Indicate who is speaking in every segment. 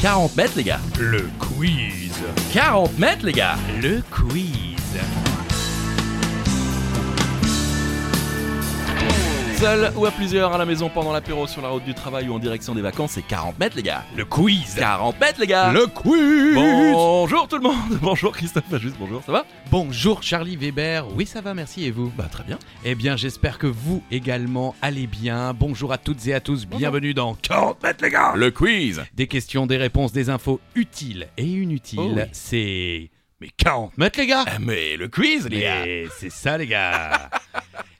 Speaker 1: 40 mètres, les gars.
Speaker 2: Le quiz.
Speaker 1: 40 mètres, les gars.
Speaker 2: Le quiz.
Speaker 1: Seul ou à plusieurs à la maison pendant l'apéro, sur la route du travail ou en direction des vacances, c'est 40 mètres, les gars.
Speaker 2: Le quiz.
Speaker 1: 40 mètres, les gars.
Speaker 2: Le quiz.
Speaker 1: Bonjour tout le monde. Bonjour Christophe Ajus, bonjour, ça va
Speaker 3: Bonjour Charlie Weber, oui ça va, merci et vous
Speaker 1: Bah très bien.
Speaker 3: Eh bien j'espère que vous également allez bien. Bonjour à toutes et à tous, bienvenue dans 40 mètres les gars
Speaker 1: Le quiz.
Speaker 3: Des questions, des réponses, des infos utiles et inutiles,
Speaker 1: Oh oui.
Speaker 3: c'est... Mais 40 mètres les gars
Speaker 1: Ah, Mais le quiz, les gars.
Speaker 3: Mais c'est ça les gars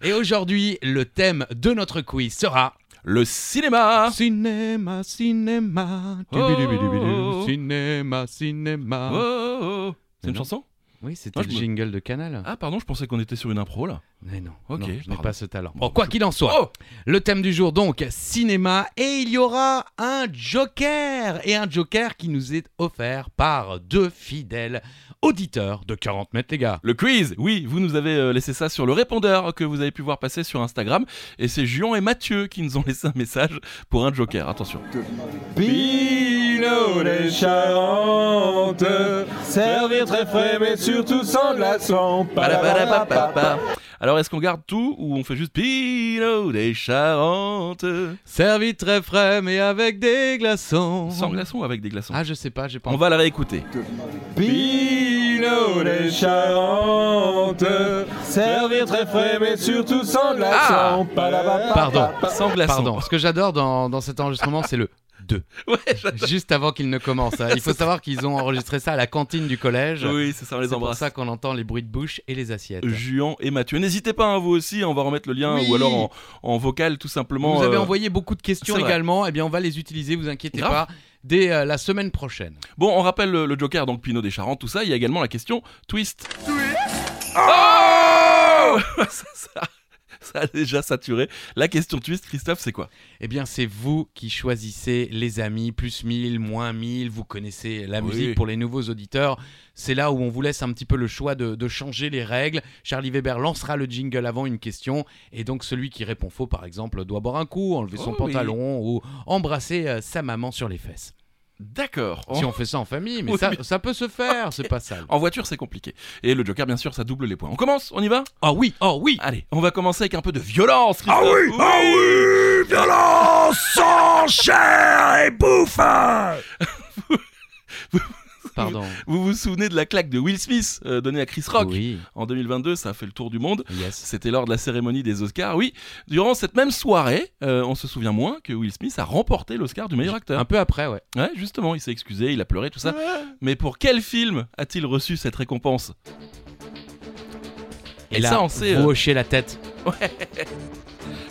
Speaker 3: Et aujourd'hui, le thème de notre quiz sera...
Speaker 1: Le cinéma.
Speaker 3: Cinéma, cinéma,
Speaker 1: Ah. Oh.
Speaker 3: cinéma,
Speaker 2: Ah.
Speaker 3: cinéma.
Speaker 1: Oh, oh, oh. C'est
Speaker 3: Mais
Speaker 1: une
Speaker 3: non.
Speaker 1: chanson
Speaker 3: Oui, c'était
Speaker 1: Moi,
Speaker 3: le
Speaker 1: je me-
Speaker 3: jingle de Canal.
Speaker 1: Ah pardon, je pensais qu'on était sur une impro là.
Speaker 3: Mais non,
Speaker 1: Ok,
Speaker 3: non, je n'ai
Speaker 1: pardon.
Speaker 3: pas ce talent.
Speaker 1: Bon,
Speaker 3: Bon, quoi
Speaker 1: je-
Speaker 3: qu'il en soit,
Speaker 1: Oh
Speaker 3: le thème du jour donc, cinéma, et il y aura un joker, et un joker qui nous est offert par deux fidèles auditeurs de 40 mètres les gars.
Speaker 1: Le quiz, oui, vous nous avez euh, laissé ça sur le répondeur que vous avez pu voir passer sur Instagram. Et c'est Juan et Mathieu qui nous ont laissé un message pour un joker. Attention.
Speaker 4: Pinot des Charentes, servir très frais mais surtout sans glaçons.
Speaker 1: Badabadabapapa. Alors est-ce qu'on garde tout ou on fait juste Pinot des Charentes
Speaker 3: Servi très frais mais avec des glaçons.
Speaker 1: Sans glaçons ou avec des glaçons
Speaker 3: Ah je sais pas, j'ai pas
Speaker 1: On va la réécouter.
Speaker 4: Pinot des Charentes, servir très frais mais surtout sans glaçons. Palabapapa.
Speaker 3: Pardon.
Speaker 1: Sans glaçons.
Speaker 3: Pardon, ce que j'adore dans, dans cet enregistrement c'est le 2,
Speaker 1: Ouais, j'adore.
Speaker 3: juste avant qu'il ne commence. hein. Il faut savoir qu'ils ont enregistré ça à la cantine du collège.
Speaker 1: Oui, c'est ça, on
Speaker 3: C'est
Speaker 1: les
Speaker 3: pour
Speaker 1: embrasse.
Speaker 3: ça qu'on entend les bruits de bouche et les assiettes.
Speaker 1: Juan et Mathieu. N'hésitez pas, hein, vous aussi, on va remettre le lien
Speaker 3: Oui.
Speaker 1: ou alors en, en vocal tout simplement.
Speaker 3: Vous avez
Speaker 1: euh,
Speaker 3: envoyé beaucoup de questions
Speaker 1: c'est vrai.
Speaker 3: également, et bien on va les utiliser, vous inquiétez
Speaker 1: Grave.
Speaker 3: pas, dès euh, la semaine prochaine.
Speaker 1: Bon, on rappelle le, le Joker, donc Pinot des Charentes, tout ça. Il y a également la question twist. Oh ça, ça, ça a déjà saturé. La question twist, Christophe, c'est quoi
Speaker 3: Eh bien c'est vous qui choisissez les amis, plus 1000, moins 1000, vous connaissez la
Speaker 1: Oui.
Speaker 3: musique pour les nouveaux auditeurs, c'est là où on vous laisse un petit peu le choix de, de changer les règles. Charlie Weber lancera le jingle avant une question, et donc celui qui répond faux par exemple doit boire un coup, enlever son
Speaker 1: Oh oui.
Speaker 3: pantalon ou embrasser euh, sa maman sur les fesses.
Speaker 1: D'accord. En,
Speaker 3: Si on fait ça en famille, mais
Speaker 1: Oh. Oui,
Speaker 3: ça,
Speaker 1: mais-
Speaker 3: ça peut se faire, c'est pas sale.
Speaker 1: en voiture, c'est compliqué. Et le Joker, bien sûr, ça double les points. On commence On y va
Speaker 3: Oh oui, oh oui
Speaker 1: Allez, on va commencer avec un peu de violence, Christophe. oui, Ah
Speaker 4: oui, violence sans chair et bouffe.
Speaker 3: Pardon.
Speaker 1: Vous vous souvenez de la claque de Will Smith euh, donnée à Chris Rock
Speaker 3: Oui,
Speaker 1: en 2022 Ça a fait le tour du monde.
Speaker 3: yes.
Speaker 1: C'était lors de la cérémonie des Oscars. Oui, durant cette même soirée, euh, on se souvient moins que Will Smith a remporté l'Oscar du meilleur acteur.
Speaker 3: Un peu après, ouais.
Speaker 1: Ouais, justement, il s'est excusé, il a pleuré, tout ça. Mais pour quel film a-t-il reçu cette récompense Et ça, on sait,
Speaker 3: Vous
Speaker 1: euh,
Speaker 3: hochez la tête.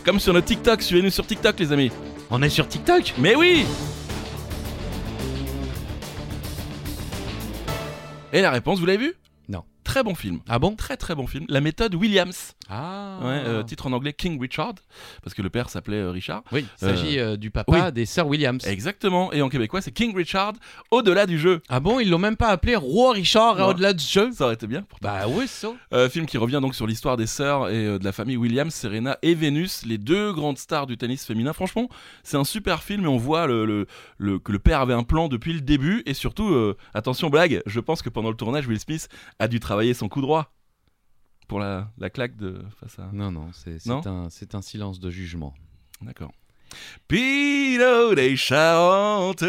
Speaker 1: Comme sur notre TikTok, suivez-nous sur TikTok, les amis.
Speaker 3: On est sur TikTok
Speaker 1: Mais oui Et la réponse, vous l'avez vu
Speaker 3: Non.
Speaker 1: Très bon film.
Speaker 3: Ah bon
Speaker 1: Très très bon film. La méthode Williams.
Speaker 3: Ah.
Speaker 1: Ouais, euh, titre en anglais King Richard, parce que le père s'appelait euh, Richard.
Speaker 3: oui, il s'agit euh, du papa des sœurs Williams.
Speaker 1: Exactement. Et en québécois, c'est King Richard au-delà du jeu.
Speaker 3: Ah bon, ils l'ont même pas appelé Roi Richard euh,
Speaker 1: Non.
Speaker 3: au-delà du jeu
Speaker 1: Ça aurait été bien. pourtant.
Speaker 3: Bah oui, ça.
Speaker 1: Euh, film qui revient donc sur l'histoire des sœurs et euh, de la famille Williams, Serena et Vénus, les deux grandes stars du tennis féminin. Franchement, c'est un super film et on voit le, le- le- que le père avait un plan depuis le début. Et surtout, euh, attention blague, je pense que pendant le tournage, Will Smith a dû travailler son coup droit pour la, la claque de face à.
Speaker 3: Non, non, c'est c'est
Speaker 1: Non
Speaker 3: un, c'est un silence de jugement.
Speaker 1: D'accord. Pinot des Charentes,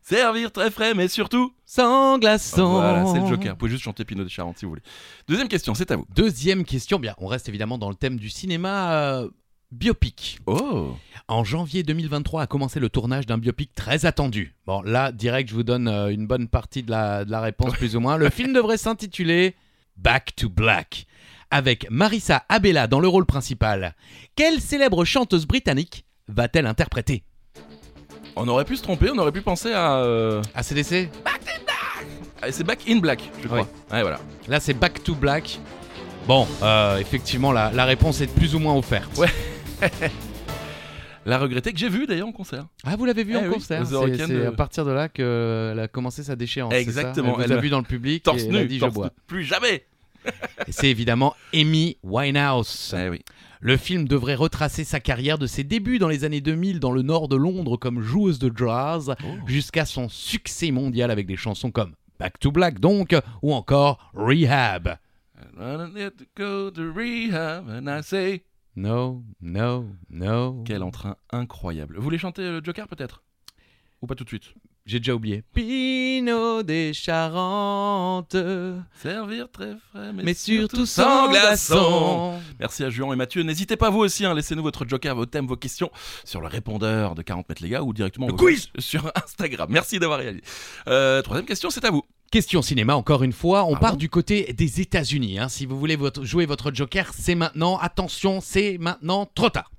Speaker 1: servir très frais, mais surtout.
Speaker 3: Sans glaçon
Speaker 1: Ah, Voilà, c'est le Joker. Vous pouvez juste chanter Pinot des Charentes si vous voulez. Deuxième question, c'est à vous.
Speaker 3: Deuxième question, bien, on reste évidemment dans le thème du cinéma euh, biopic.
Speaker 1: Oh
Speaker 3: En janvier 2023 a commencé le tournage d'un biopic très attendu. Bon, là, direct, je vous donne euh, une bonne partie de la, de la réponse, plus ou moins. Le film devrait s'intituler Back to Black, avec Marissa Abella dans le rôle principal. Quelle célèbre chanteuse britannique va-t-elle interpréter
Speaker 1: On aurait pu se tromper, on aurait pu penser à. euh,
Speaker 3: ACDC
Speaker 1: Ah, C'est Back in Black, je crois. Ouais, voilà.
Speaker 3: Là, c'est Back to Black. Bon, euh, effectivement, la, la réponse est plus ou moins offerte.
Speaker 1: Ouais. La regrettée que j'ai vue d'ailleurs en concert.
Speaker 3: Ah, vous l'avez vue
Speaker 1: Eh
Speaker 3: en
Speaker 1: oui,
Speaker 3: concert
Speaker 1: The
Speaker 3: C'est
Speaker 1: Weeknd,
Speaker 3: c'est à
Speaker 1: euh,
Speaker 3: partir de là qu'elle a commencé sa déchéance. c'est ça
Speaker 1: Exactement,
Speaker 3: Elle vous
Speaker 1: elle
Speaker 3: a
Speaker 1: m'a-
Speaker 3: vu dans le public.
Speaker 1: Torse
Speaker 3: et elle a
Speaker 1: nu,
Speaker 3: dit, je
Speaker 1: torse
Speaker 3: bois.
Speaker 1: nu, plus jamais.
Speaker 3: Et c'est évidemment Amy Winehouse.
Speaker 1: Ah oui.
Speaker 3: Le film devrait retracer sa carrière de ses débuts dans les années 2000 dans le nord de Londres comme joueuse de jazz jusqu'à son succès mondial avec des chansons comme Back to Black donc ou encore Rehab.
Speaker 1: I need to go to rehab and I say-
Speaker 3: No, no, no.
Speaker 1: Quel entrain incroyable. Vous voulez chanter le Joker peut-être Ou pas tout de suite
Speaker 3: J'ai déjà oublié. Pinot des Charentes,
Speaker 1: Servir très frais, mais,
Speaker 3: mais surtout sans glaçons.
Speaker 1: Merci à Juan et Mathieu. N'hésitez pas vous aussi, hein, laissez-nous votre joker, vos thèmes, vos questions sur le répondeur de 40 mètres les gars ou directement
Speaker 3: Le
Speaker 1: vos-
Speaker 3: quiz
Speaker 1: sur Instagram. Merci d'avoir réalisé. Euh, troisième question, c'est à vous.
Speaker 3: Question cinéma, encore une fois, on
Speaker 1: Ah
Speaker 3: part
Speaker 1: bon
Speaker 3: du côté des États-Unis. hein. Si vous voulez votre- jouer votre Joker, c'est maintenant. Attention, c'est maintenant trop tard.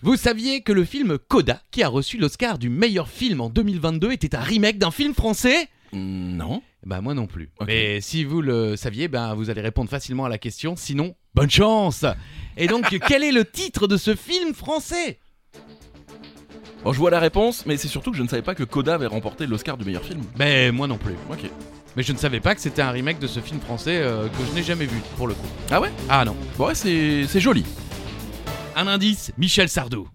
Speaker 3: vous saviez que le film Coda, qui a reçu l'Oscar du meilleur film en 2022, était un remake d'un film français
Speaker 1: Non.
Speaker 3: Eh Ben moi non plus.
Speaker 1: Ok.
Speaker 3: Mais si vous le saviez, ben vous allez répondre facilement à la question. Sinon, bonne chance. Et donc, quel est le titre de ce film français
Speaker 1: Bon, je vois la réponse, mais c'est surtout que je ne savais pas que Coda avait remporté l'Oscar du meilleur film.
Speaker 3: Ben moi non plus.
Speaker 1: Ok.
Speaker 3: Mais je ne savais pas que c'était un remake de ce film français euh, que je n'ai jamais vu pour le coup.
Speaker 1: Ah ouais
Speaker 3: Ah non.
Speaker 1: Bon, ouais, c'est c'est joli.
Speaker 3: Un indice, Michel Sardou.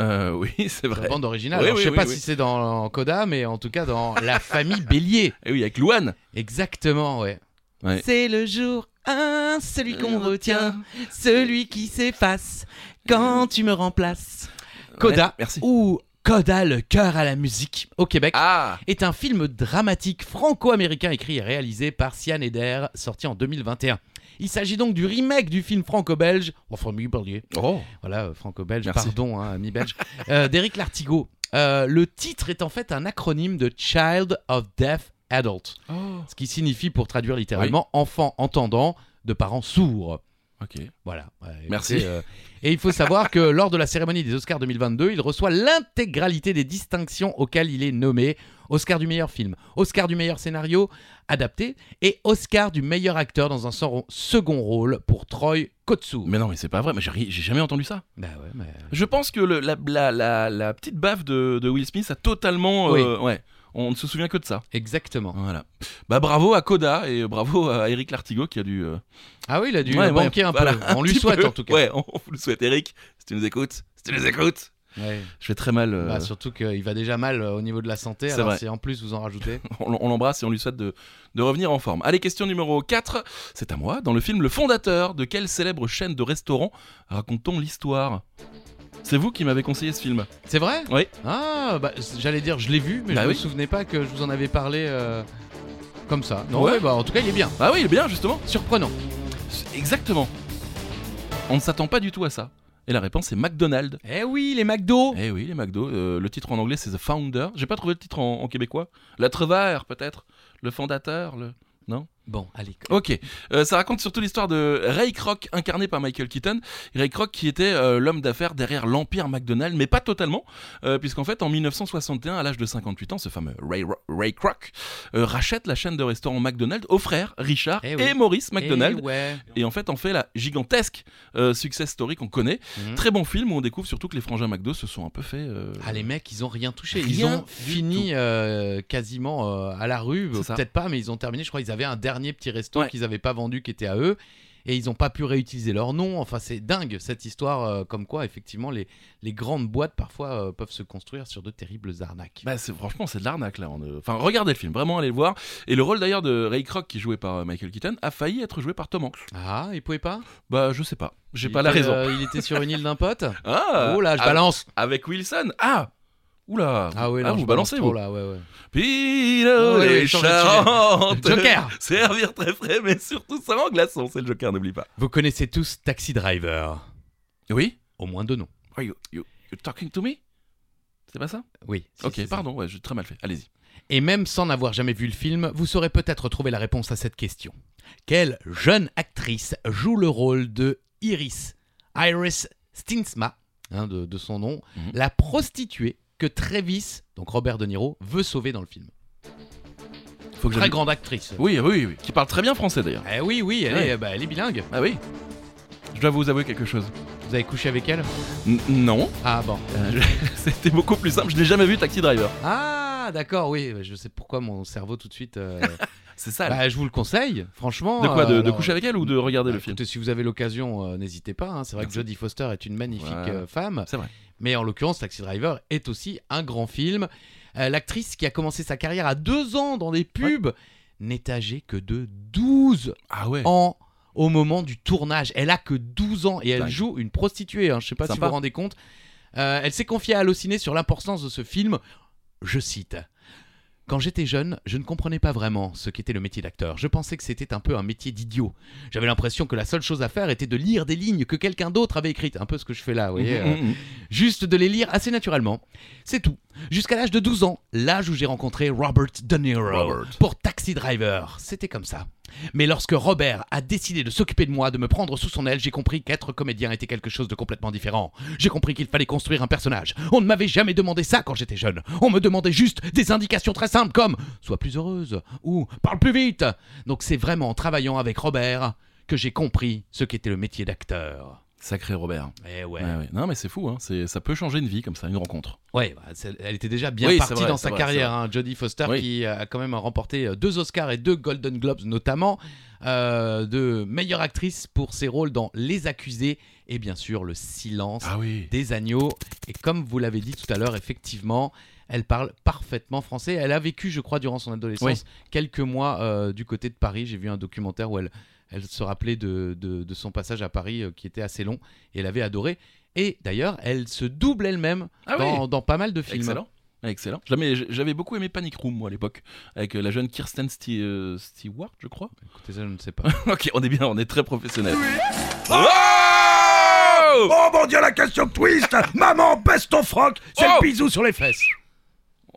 Speaker 1: Euh, oui, c'est vrai.
Speaker 3: La bande originale.
Speaker 1: Oui,
Speaker 3: Alors,
Speaker 1: oui,
Speaker 3: je sais
Speaker 1: oui,
Speaker 3: pas
Speaker 1: oui.
Speaker 3: si c'est dans Coda, mais en tout cas dans La famille Bélier.
Speaker 1: Et oui, avec Louane.
Speaker 3: Exactement, ouais.
Speaker 1: Ouais.
Speaker 3: C'est le jour 1, celui qu'on retient, celui qui s'efface quand tu me remplaces. Coda
Speaker 1: Euh. Ouais, merci.
Speaker 3: ou Coda, le cœur à la musique au Québec.
Speaker 1: Ah
Speaker 3: est un film dramatique franco-américain écrit et réalisé par Sian Eder, sorti en 2021. Il s'agit donc du remake du film franco-belge, enfin mi-belge,
Speaker 1: Oh
Speaker 3: voilà, euh, franco-belge,
Speaker 1: Merci.
Speaker 3: pardon, hein, mi-belge, euh, d'Éric Lartigot. Euh, le titre est en fait un acronyme de Child of Deaf Adult, ce qui signifie, pour traduire littéralement, enfant entendant de parents sourds.
Speaker 1: Ok.
Speaker 3: Voilà. Ouais, écoutez,
Speaker 1: Merci.
Speaker 3: euh, et il faut savoir que lors de la cérémonie des Oscars 2022, il reçoit l'intégralité des distinctions auxquelles il est nommé Oscar du meilleur film, Oscar du meilleur scénario adapté et Oscar du meilleur acteur dans un sor- second rôle pour Troy Kotsur.
Speaker 1: Mais non, mais c'est pas vrai, mais j'ai ri- j'ai jamais entendu ça.
Speaker 3: Bah ouais, mais-
Speaker 1: Je pense que le- la, la- la- la petite baffe de, de Will Smith a totalement. euh, ouais. On ne se souvient que de ça.
Speaker 3: Exactement.
Speaker 1: Voilà. Bah bravo à Coda et bravo à Eric Lartigot qui a dû. euh,
Speaker 3: Ah oui, il a dû
Speaker 1: ouais,
Speaker 3: banquer
Speaker 1: ouais,
Speaker 3: un
Speaker 1: voilà,
Speaker 3: peu. On lui
Speaker 1: petit
Speaker 3: souhaite
Speaker 1: peu.
Speaker 3: en tout cas.
Speaker 1: Ouais, on, on vous le souhaite, Eric. Si tu nous écoutes, si tu nous écoutes.
Speaker 3: Ouais.
Speaker 1: Je fais très mal. euh,
Speaker 3: Bah, surtout qu'il va déjà mal euh, au niveau de la santé.
Speaker 1: C'est
Speaker 3: Alors
Speaker 1: vrai.
Speaker 3: si en plus vous en rajoutez.
Speaker 1: on on l'embrasse et on lui souhaite de, de revenir en forme. Allez, question numéro 4. C'est à moi. Dans le film Le Fondateur, de quelle célèbre chaîne de restaurants raconte-t-on l'histoire C'est vous qui m'avez conseillé ce film.
Speaker 3: C'est vrai
Speaker 1: Oui.
Speaker 3: Ah, bah, c- j'allais dire je l'ai vu, mais
Speaker 1: Bah
Speaker 3: je
Speaker 1: oui.
Speaker 3: me souvenais pas que je vous en avais parlé euh, comme ça. Non,
Speaker 1: Ouais.
Speaker 3: ouais, bah, en tout cas, il est bien.
Speaker 1: Ah oui, il est bien, justement.
Speaker 3: Surprenant.
Speaker 1: Exactement. On ne s'attend pas du tout à ça. Et la réponse est McDonald's.
Speaker 3: Eh oui, les McDo
Speaker 1: Eh oui, les McDo. euh, le titre en anglais, c'est The Founder. J'ai pas trouvé le titre en, en québécois. La Trevère, peut-être. Le fondateur. Le...
Speaker 3: Bon, allez.
Speaker 1: Ok. Euh, ça raconte surtout l'histoire de Ray Kroc, incarné par Michael Keaton. Ray Kroc, qui était euh, l'homme d'affaires derrière l'empire McDonald's, mais pas totalement, euh, puisqu'en fait, en 1961, à l'âge de 58 ans, ce fameux Ray, Ray Kroc euh, rachète la chaîne de restaurants McDonald's aux frères Richard
Speaker 3: Eh oui.
Speaker 1: et Maurice McDonald.
Speaker 3: Eh ouais.
Speaker 1: Et en fait, en fait la gigantesque euh, success story qu'on connaît.
Speaker 3: Mhm.
Speaker 1: Très bon film où on découvre surtout que les frangins McDo se sont un peu fait. euh,
Speaker 3: Ah, les mecs, ils ont rien touché. ils
Speaker 1: Rien
Speaker 3: ont
Speaker 1: du
Speaker 3: fini euh, quasiment euh, à la rue.
Speaker 1: C'est ça.
Speaker 3: Peut-être pas, mais ils ont terminé. Je crois qu'ils avaient un dernier petit resto
Speaker 1: Ouais.
Speaker 3: qu'ils n'avaient pas vendu qui était à eux. Et ils n'ont pas pu réutiliser leur nom. Enfin, c'est dingue cette histoire. euh, comme quoi, effectivement, les, les grandes boîtes parfois euh, peuvent se construire sur de terribles arnaques.
Speaker 1: Bah c'est franchement c'est de l'arnaque là. on, euh, Enfin regardez le film, vraiment allez le voir. Et le rôle d'ailleurs de Ray Kroc qui est joué par euh, Michael Keaton a failli être joué par Tom Hanks.
Speaker 3: Ah, ils pouvaient pas
Speaker 1: Bah je sais pas, j'ai
Speaker 3: Il
Speaker 1: pas la
Speaker 3: était,
Speaker 1: raison.
Speaker 3: euh, il était sur une île d'un pote.
Speaker 1: Ah
Speaker 3: oh là, je
Speaker 1: ah,
Speaker 3: balance.
Speaker 1: Avec Wilson. Ah Oula
Speaker 3: Ah Oh, oui,
Speaker 1: vous balancez vous.
Speaker 3: Là, ouais, ouais.
Speaker 1: Pino
Speaker 3: Ouais,
Speaker 1: les
Speaker 3: ouais, changer de
Speaker 1: Charentes
Speaker 3: Joker
Speaker 1: Servir très frais mais surtout ça en glaçon, c'est le Joker, n'oublie pas.
Speaker 3: Vous connaissez tous Taxi Driver,
Speaker 1: Oui
Speaker 3: au moins deux noms.
Speaker 1: Are you, you, you talking to me C'est pas ça
Speaker 3: Oui. si,
Speaker 1: Ok,
Speaker 3: c'est ça.
Speaker 1: pardon, ouais, j'ai très mal fait. Allez-y.
Speaker 3: Et même sans n'avoir jamais vu le film, vous saurez peut-être trouver la réponse à cette question. Quelle jeune actrice joue le rôle de Iris, Iris Stinsma, hein, de, de son nom,
Speaker 1: Mhm.
Speaker 3: la prostituée que Travis, donc Robert De Niro, veut sauver dans le film
Speaker 1: Faut que
Speaker 3: Très
Speaker 1: j'aille-
Speaker 3: grande actrice.
Speaker 1: Oui, oui, oui, qui parle très bien français d'ailleurs.
Speaker 3: Eh oui, oui, elle,
Speaker 1: Ouais.
Speaker 3: est, bah, elle est bilingue.
Speaker 1: Ah oui Je dois vous avouer quelque chose.
Speaker 3: Vous avez couché avec elle
Speaker 1: N- non.
Speaker 3: Ah bon.
Speaker 1: Euh, je- C'était beaucoup plus simple. Je n'ai jamais vu Taxi Driver.
Speaker 3: Ah d'accord, oui, je sais pourquoi mon cerveau tout de suite euh,
Speaker 1: C'est ça.
Speaker 3: Bah, je vous le conseille, franchement.
Speaker 1: de quoi de,
Speaker 3: euh,
Speaker 1: de
Speaker 3: alors,
Speaker 1: coucher avec elle ou de regarder
Speaker 3: bah,
Speaker 1: le film
Speaker 3: écoutez, Si vous avez l'occasion, euh, n'hésitez pas. hein. C'est vrai que
Speaker 1: Merci.
Speaker 3: Jodie Foster est une magnifique
Speaker 1: Voilà.
Speaker 3: euh, femme.
Speaker 1: C'est vrai.
Speaker 3: Mais en l'occurrence, Taxi Driver est aussi un grand film. Euh, L'actrice qui a commencé sa carrière à deux ans dans des pubs n'est âgée que de 12
Speaker 1: Ah ouais.
Speaker 3: ans au moment du tournage. Elle a que 12 ans et elle
Speaker 1: Dingue.
Speaker 3: joue une prostituée. hein. Je sais pas si vous
Speaker 1: Sympa.
Speaker 3: vous rendez compte. Euh, elle s'est confiée à Allociné sur l'importance de ce film. Je cite. Quand j'étais jeune, je ne comprenais pas vraiment ce qu'était le métier d'acteur. Je pensais que c'était un peu un métier d'idiot. J'avais l'impression que la seule chose à faire était de lire des lignes que quelqu'un d'autre avait écrites. Un peu ce que je fais là, vous voyez.
Speaker 1: Mhm,
Speaker 3: euh,
Speaker 1: mhm, mhm.
Speaker 3: juste de les lire assez naturellement. C'est tout. Jusqu'à l'âge de 12 ans, l'âge où j'ai rencontré Robert De Niro
Speaker 1: Robert.
Speaker 3: pour Taxi Driver. C'était comme ça. Mais lorsque Robert a décidé de s'occuper de moi, de me prendre sous son aile, j'ai compris qu'être comédien était quelque chose de complètement différent. J'ai compris qu'il fallait construire un personnage. On ne m'avait jamais demandé ça quand j'étais jeune. On me demandait juste des indications très simples comme Sois plus heureuse ou Parle plus vite. Donc c'est vraiment en travaillant avec Robert que j'ai compris ce qu'était le métier d'acteur.
Speaker 1: Sacré Robert.
Speaker 3: Eh ouais.
Speaker 1: Ouais, ouais. Non mais c'est fou, hein. c'est, ça peut changer une vie comme ça, une rencontre.
Speaker 3: Ouais, bah, c'est- elle était déjà bien
Speaker 1: Oui, c'est
Speaker 3: partie
Speaker 1: vrai,
Speaker 3: dans
Speaker 1: c'est
Speaker 3: sa
Speaker 1: vrai,
Speaker 3: carrière,
Speaker 1: c'est
Speaker 3: hein, Jodie Foster,
Speaker 1: Oui.
Speaker 3: qui euh, a quand même remporté euh, deux Oscars et deux Golden Globes, notamment euh, de meilleure actrice pour ses rôles dans Les Accusés et bien sûr Le Silence
Speaker 1: Ah oui.
Speaker 3: des Agneaux. Et comme vous l'avez dit tout à l'heure, effectivement, elle parle parfaitement français. Elle a vécu, je crois, durant son adolescence, quelques mois euh, du côté de Paris. J'ai vu un documentaire où elle, elle se rappelait de, de- de son passage à Paris euh, qui était assez long et elle avait adoré. Et d'ailleurs, elle se double elle-même
Speaker 1: Ah oui.
Speaker 3: dans, dans pas mal de films.
Speaker 1: Excellent. Excellent. Jamais- j- J'avais beaucoup aimé Panic Room, moi, à l'époque, avec euh, la jeune Kirsten Sti- euh, Stewart, je crois.
Speaker 3: Écoutez, ça, je ne sais pas.
Speaker 1: ok, on est bien, on est très professionnel. Oh
Speaker 5: Oh mon dieu, la question twist Maman, baisse ton froc C'est
Speaker 1: Oh
Speaker 5: le bisou sur les fesses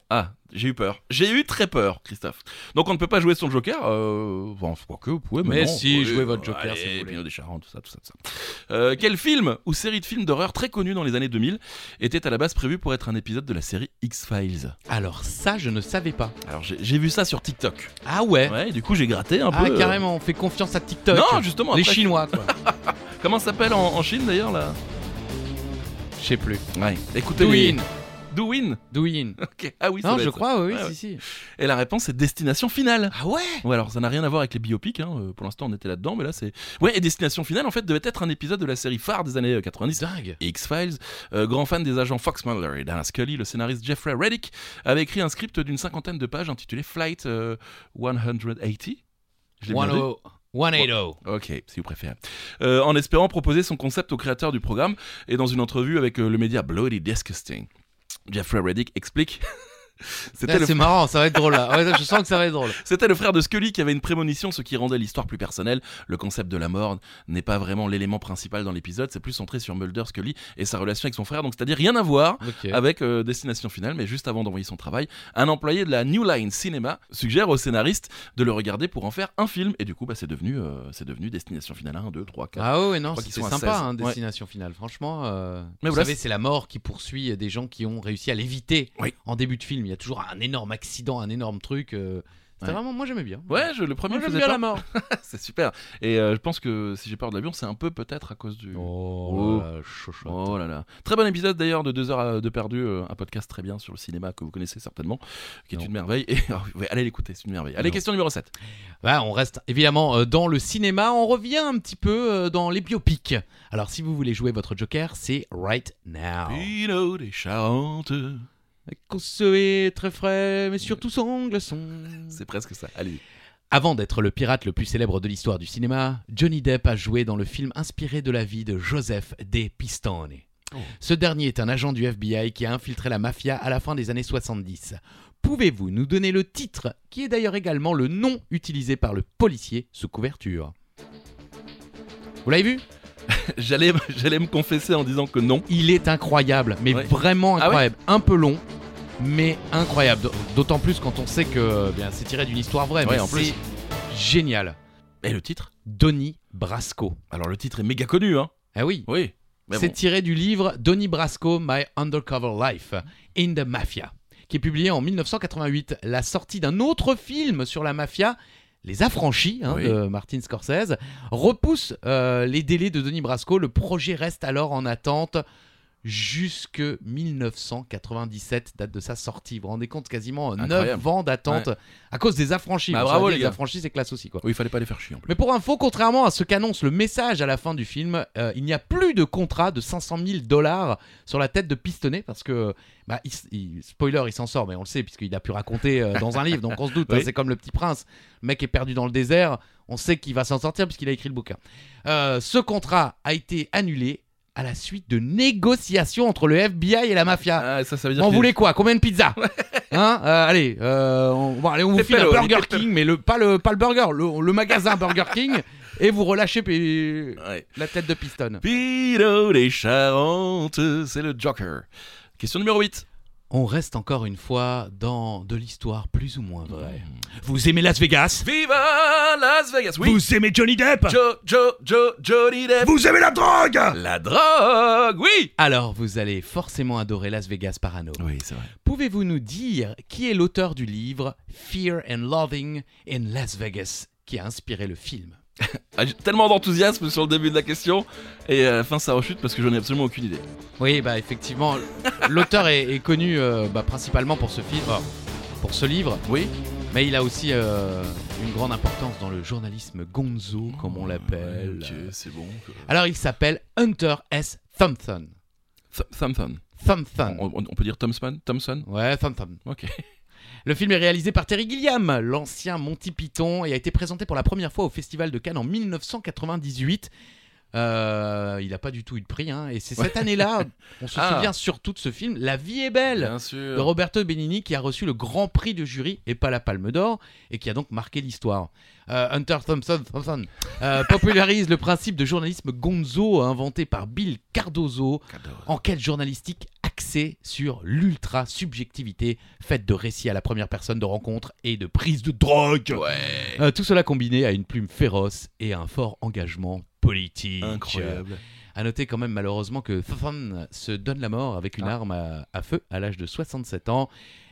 Speaker 1: Ah, j'ai eu peur. J'ai eu très peur, Christophe. Donc on ne peut pas jouer son Joker. Euh... Bon, crois que vous pouvez, mais,
Speaker 3: Mais
Speaker 1: non,
Speaker 3: si,
Speaker 1: allez,
Speaker 3: jouez votre Joker,
Speaker 1: allez,
Speaker 3: si vous voulez.
Speaker 1: Pino des Charentes, tout ça, tout ça, tout ça. Euh, quel film ou série de films d'horreur très connue dans les années 2000 était à la base prévu pour être un épisode de la série X-Files
Speaker 3: Alors ça, je ne savais pas.
Speaker 1: Alors j'ai j'ai vu ça sur TikTok.
Speaker 3: Ah ouais,
Speaker 1: Ouais, du coup j'ai gratté un
Speaker 3: Ah
Speaker 1: peu. euh,
Speaker 3: carrément, on fait confiance à TikTok.
Speaker 1: Non, justement.
Speaker 3: Les
Speaker 1: après,
Speaker 3: Chinois, quoi.
Speaker 1: Comment ça s'appelle en, en Chine d'ailleurs là
Speaker 3: Je sais plus.
Speaker 1: Ouais. Écoutez. les-
Speaker 3: Douyin.
Speaker 1: Douyin.
Speaker 3: Douyin.
Speaker 1: Ok. Ah oui. ça
Speaker 3: Non,
Speaker 1: doit
Speaker 3: je
Speaker 1: être ça.
Speaker 3: crois, oui, oui,
Speaker 1: Ouais, ouais.
Speaker 3: si, si.
Speaker 1: Et la réponse c'est Destination Finale.
Speaker 3: Ah ouais
Speaker 1: Ouais, alors ça n'a rien à voir avec les biopics, hein, euh, pour l'instant on était là-dedans, mais là c'est. Ouais, et Destination Finale en fait devait être un épisode de la série phare des années euh, 90.
Speaker 3: Dingue.
Speaker 1: X-Files, Euh, grand fan des agents Fox Mulder et Dana Scully, le scénariste Jeffrey Reddick avait écrit un script d'une cinquantaine de pages intitulé Flight euh, 180. Je l'ai bien dit
Speaker 3: 180. 180.
Speaker 1: Ok, si vous préférez. Euh, en espérant proposer son concept au créateur du programme et dans une entrevue avec euh, le média Bloody Disgusting. Jeffrey Reddick explique. C'était
Speaker 3: Ah,
Speaker 1: le
Speaker 3: C'est marrant, ça va être drôle là. Ouais, je sens que ça va être drôle.
Speaker 1: C'était le frère de Scully qui avait une prémonition, ce qui rendait l'histoire plus personnelle. Le concept de la mort n'est pas vraiment l'élément principal dans l'épisode, c'est plus centré sur Mulder, Scully et sa relation avec son frère, donc c'est-à-dire rien à voir
Speaker 3: Ok.
Speaker 1: avec euh, Destination Finale, mais juste avant d'envoyer son travail, un employé de la New Line Cinema suggère au scénariste de le regarder pour en faire un film, et du coup bah, c'est devenu, euh, c'est devenu Destination Finale 1, 2, 3, 4.
Speaker 3: Ah ouais, non,
Speaker 1: crois qu'ils sont
Speaker 3: c'était
Speaker 1: à
Speaker 3: sympa,
Speaker 1: 16.
Speaker 3: hein,
Speaker 1: Ouais.
Speaker 3: Destination Finale, franchement. euh,
Speaker 1: Mais
Speaker 3: vous
Speaker 1: voilà,
Speaker 3: savez,
Speaker 1: c'est-
Speaker 3: c'est la mort qui poursuit euh, des gens qui ont réussi à l'éviter
Speaker 1: Oui.
Speaker 3: en début de film. Il y a toujours un énorme accident, un énorme truc. euh, C'était
Speaker 1: Ouais.
Speaker 3: vraiment, moi j'aimais bien.
Speaker 1: Ouais, je, le premier
Speaker 3: Ah. moi
Speaker 1: je faisais
Speaker 3: j'aime bien
Speaker 1: pas.
Speaker 3: la mort.
Speaker 1: c'est super. Et euh, je pense que si j'ai peur de l'avion, c'est un peu peut-être à cause du. Oh.
Speaker 3: Oh, la chochotte.
Speaker 1: Oh là là. Très bon épisode d'ailleurs de 2 heures euh, de perdu, euh, un podcast très bien sur le cinéma que vous connaissez certainement, qui est
Speaker 3: Non.
Speaker 1: une merveille. Et, ah oui, allez l'écouter, c'est une merveille. Allez,
Speaker 3: Non.
Speaker 1: question numéro 7.
Speaker 3: Voilà, Ben, on reste évidemment euh, dans le cinéma, on revient un petit peu euh, dans les biopics. Alors si vous voulez jouer votre Joker, c'est Right Now.
Speaker 1: Pinot des Charentes.
Speaker 3: Qu'on se est très frais, mais surtout sans glaçon.
Speaker 1: C'est presque ça. Allez.
Speaker 3: Avant d'être le pirate le plus célèbre de l'histoire du cinéma, Johnny Depp a joué dans le film inspiré de la vie de Joseph De Pistone.
Speaker 1: Oh.
Speaker 3: Ce dernier est un agent du FBI qui a infiltré la mafia à la fin des années 70. Pouvez-vous nous donner le titre, qui est d'ailleurs également le nom utilisé par le policier sous couverture Vous l'avez vu
Speaker 1: J'allais, j'allais me confesser en disant que non.
Speaker 3: Il est incroyable, mais
Speaker 1: Ouais.
Speaker 3: vraiment
Speaker 1: Ah ouais
Speaker 3: incroyable. un peu long, mais incroyable. D- D'autant plus quand on sait que euh, bien, c'est tiré d'une histoire vraie.
Speaker 1: Ouais,
Speaker 3: mais
Speaker 1: en plus.
Speaker 3: c'est génial.
Speaker 1: Et le titre
Speaker 3: Donnie Brasco.
Speaker 1: Alors le titre est méga connu, hein.
Speaker 3: Ah oui,
Speaker 1: Oui. Mais
Speaker 3: c'est
Speaker 1: bon.
Speaker 3: tiré du livre Donnie Brasco, My Undercover Life in the Mafia, qui est publié en 1988. La sortie d'un autre film sur la mafia, Les Affranchis, hein,
Speaker 1: Oui.
Speaker 3: de Martin Scorsese, repousse euh, les délais de Donnie Brasco. Le projet reste alors en attente jusque 1997, date de sa sortie. Vous vous rendez compte, quasiment
Speaker 1: Incroyable.
Speaker 3: 9 ans d'attente à cause des affranchis.
Speaker 1: Bah,
Speaker 3: Vous
Speaker 1: bravo,
Speaker 3: savez,
Speaker 1: les
Speaker 3: les
Speaker 1: gars.
Speaker 3: affranchis, c'est classe aussi, quoi.
Speaker 1: Oui, il fallait pas les faire chier en plus.
Speaker 3: Mais pour info, contrairement à ce qu'annonce le message à la fin du film, euh, il n'y a plus de contrat de 500 000 dollars sur la tête de Pistonnet parce que, bah, il s- il- spoiler, il s'en sort, mais on le sait puisqu'il a pu raconter euh, dans un livre, donc on se doute, hein,
Speaker 1: Oui.
Speaker 3: c'est comme le petit prince, le mec est perdu dans le désert, on sait qu'il va s'en sortir puisqu'il a écrit le bouquin. Euh, ce contrat a été annulé à la suite de négociations entre le FBI et la mafia.
Speaker 1: Ah, ça, ça veut dire
Speaker 3: On
Speaker 1: que-
Speaker 3: voulait quoi Combien de pizzas Hein Euh, Allez, euh, on, bon, allez, on vous file un
Speaker 1: Pepperoni,
Speaker 3: Burger
Speaker 1: pepperoni.
Speaker 3: King, mais le, pas, le, pas le burger, le, le magasin Burger King, et vous relâchez pe-
Speaker 1: Ouais.
Speaker 3: la tête de piston.
Speaker 1: Piro des Charentes, c'est le Joker. Question numéro 8.
Speaker 3: On reste encore une fois dans de l'histoire plus ou moins vraie. Vous aimez Las Vegas
Speaker 1: Viva Las Vegas, oui.
Speaker 2: Vous aimez Johnny Depp
Speaker 1: Jo, Jo, Jo, Johnny Depp.
Speaker 5: Vous aimez la drogue
Speaker 1: La drogue, oui.
Speaker 3: Alors vous allez forcément adorer Las Vegas Parano.
Speaker 1: Oui, c'est vrai.
Speaker 3: Pouvez-vous nous dire qui est l'auteur du livre Fear and Loving in Las Vegas qui a inspiré le film
Speaker 1: Ah, j'ai tellement d'enthousiasme sur le début de la question et à la fin ça rechute parce que j'en ai absolument aucune idée.
Speaker 3: Oui, bah effectivement, l'auteur est, est connu euh, bah, principalement pour ce film, oh, pour ce livre,
Speaker 1: Oui.
Speaker 3: mais il a aussi euh, une grande importance dans le journalisme gonzo, comme on l'appelle.
Speaker 1: Ok, c'est bon.
Speaker 3: Alors, il s'appelle Hunter S. Thompson.
Speaker 1: Th- Thompson.
Speaker 3: Thompson.
Speaker 1: On, on- on peut dire Thompson Thompson
Speaker 3: Ouais, Thompson.
Speaker 1: Ok.
Speaker 3: Le film est réalisé par Terry Gilliam, l'ancien Monty Python, et a été présenté pour la première fois au Festival de Cannes en 1998. Euh, il n'a pas du tout eu de prix, hein, et c'est cette année-là, on se
Speaker 1: Ah.
Speaker 3: souvient surtout de ce film, La vie est belle.
Speaker 1: Bien
Speaker 3: de
Speaker 1: sûr.
Speaker 3: Roberto Benigni qui a reçu le grand prix de jury et pas la Palme d'Or et qui a donc marqué l'histoire. Euh, Hunter Thompson, Thompson, euh, popularise le principe de journalisme gonzo inventé par Bill Cardozo, enquête journalistique axée sur l'ultra subjectivité faite de récits à la première personne de rencontres et de prise de drogue.
Speaker 1: Ouais.
Speaker 3: Euh, tout cela combiné à une plume féroce et à un fort engagement politique.
Speaker 1: Incroyable.
Speaker 3: À noter quand même malheureusement que Fafan se donne la mort avec une
Speaker 1: Ah.
Speaker 3: arme à, à feu à l'âge de 67 ans.